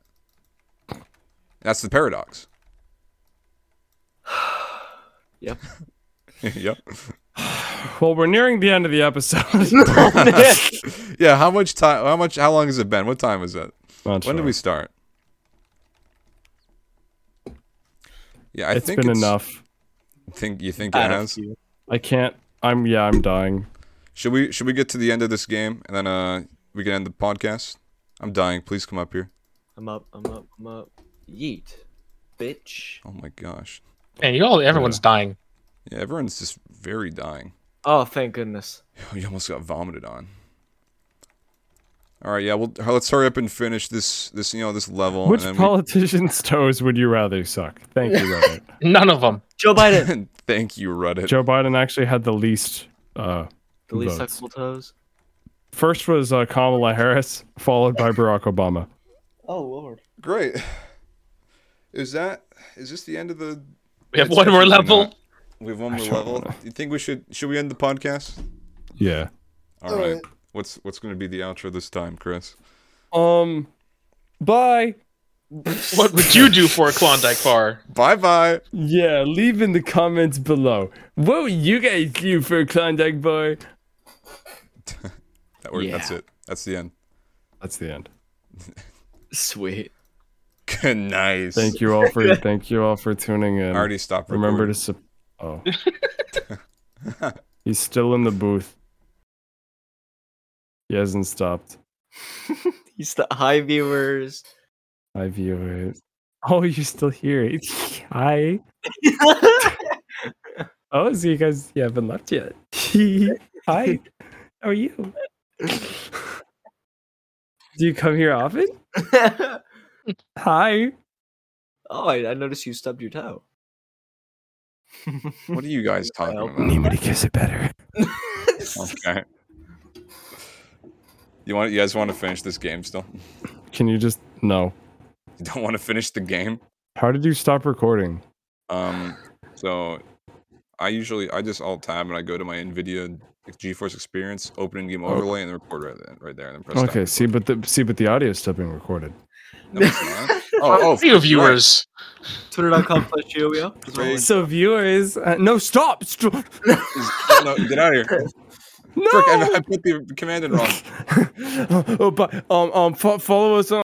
That's the paradox. Yep. yep. Well, we're nearing the end of the episode. yeah. How much time? How much? How long has it been? What time is it? Not When did sure. we start? Yeah, I It's think been it's, enough. Think you think it Out of has? you. I can't. I'm yeah. I'm dying. Should we should we get to the end of this game and then uh we can end the podcast? I'm dying. Please come up here. I'm up. I'm up. I'm up. Yeet, bitch. Oh my gosh. and you all, everyone's dying. Yeah, everyone's just very dying. Oh, thank goodness. Oh, you almost got vomited on. All right, yeah. Well, uh, let's hurry up and finish this this you know this level. Which and then we- politician's toes would you rather suck? Thank you, Reddit. None of them. Joe Biden. Thank you, Reddit. Joe Biden actually had the least. Uh, the least Votes. suckable toes. first was uh, Kamala Harris, followed by Barack Obama. Oh lord. Great. Is that is this the end of the We have It's one more definitely level. not. We have one I more don't level. know. You think we should should we end the podcast? Yeah. All right. What's what's going to be the outro this time, Chris? Um. Bye. What would you do for a Klondike bar? Bye bye. Yeah. Leave in the comments below. What would you guys do for a Klondike bar? That worked. That's it. That's the end. That's the end. Sweet. Good nice. Thank you all for thank you all for tuning in. I already stopped. Remember recording. to. Su- oh. He's still in the booth. He hasn't stopped. He's the high viewers. I view it. Oh, you're still here. Hi. Oh, so you guys you haven't left yet. Hi. How are you? Do you come here often? oh, Hi. I, I noticed you stubbed your toe. What are you guys talking Well, about? gives it better. Okay. You want? You guys want to finish this game still? Can you just no. You don't want to finish the game? How did you stop recording? Um, so I usually I just alt tab and I go to my NVIDIA GeForce Experience, open in game Oh. overlay, and then record right there, right there, and then press stop. Okay, see but the see but the audio is still being recorded. No, it's not. oh, Few viewers. Twitter.com slash E GOEO. Craig So viewers uh, no stop. stop. is- no, get out of here! No. Frick, I, I put the command in wrong. oh, but um um fo- follow us on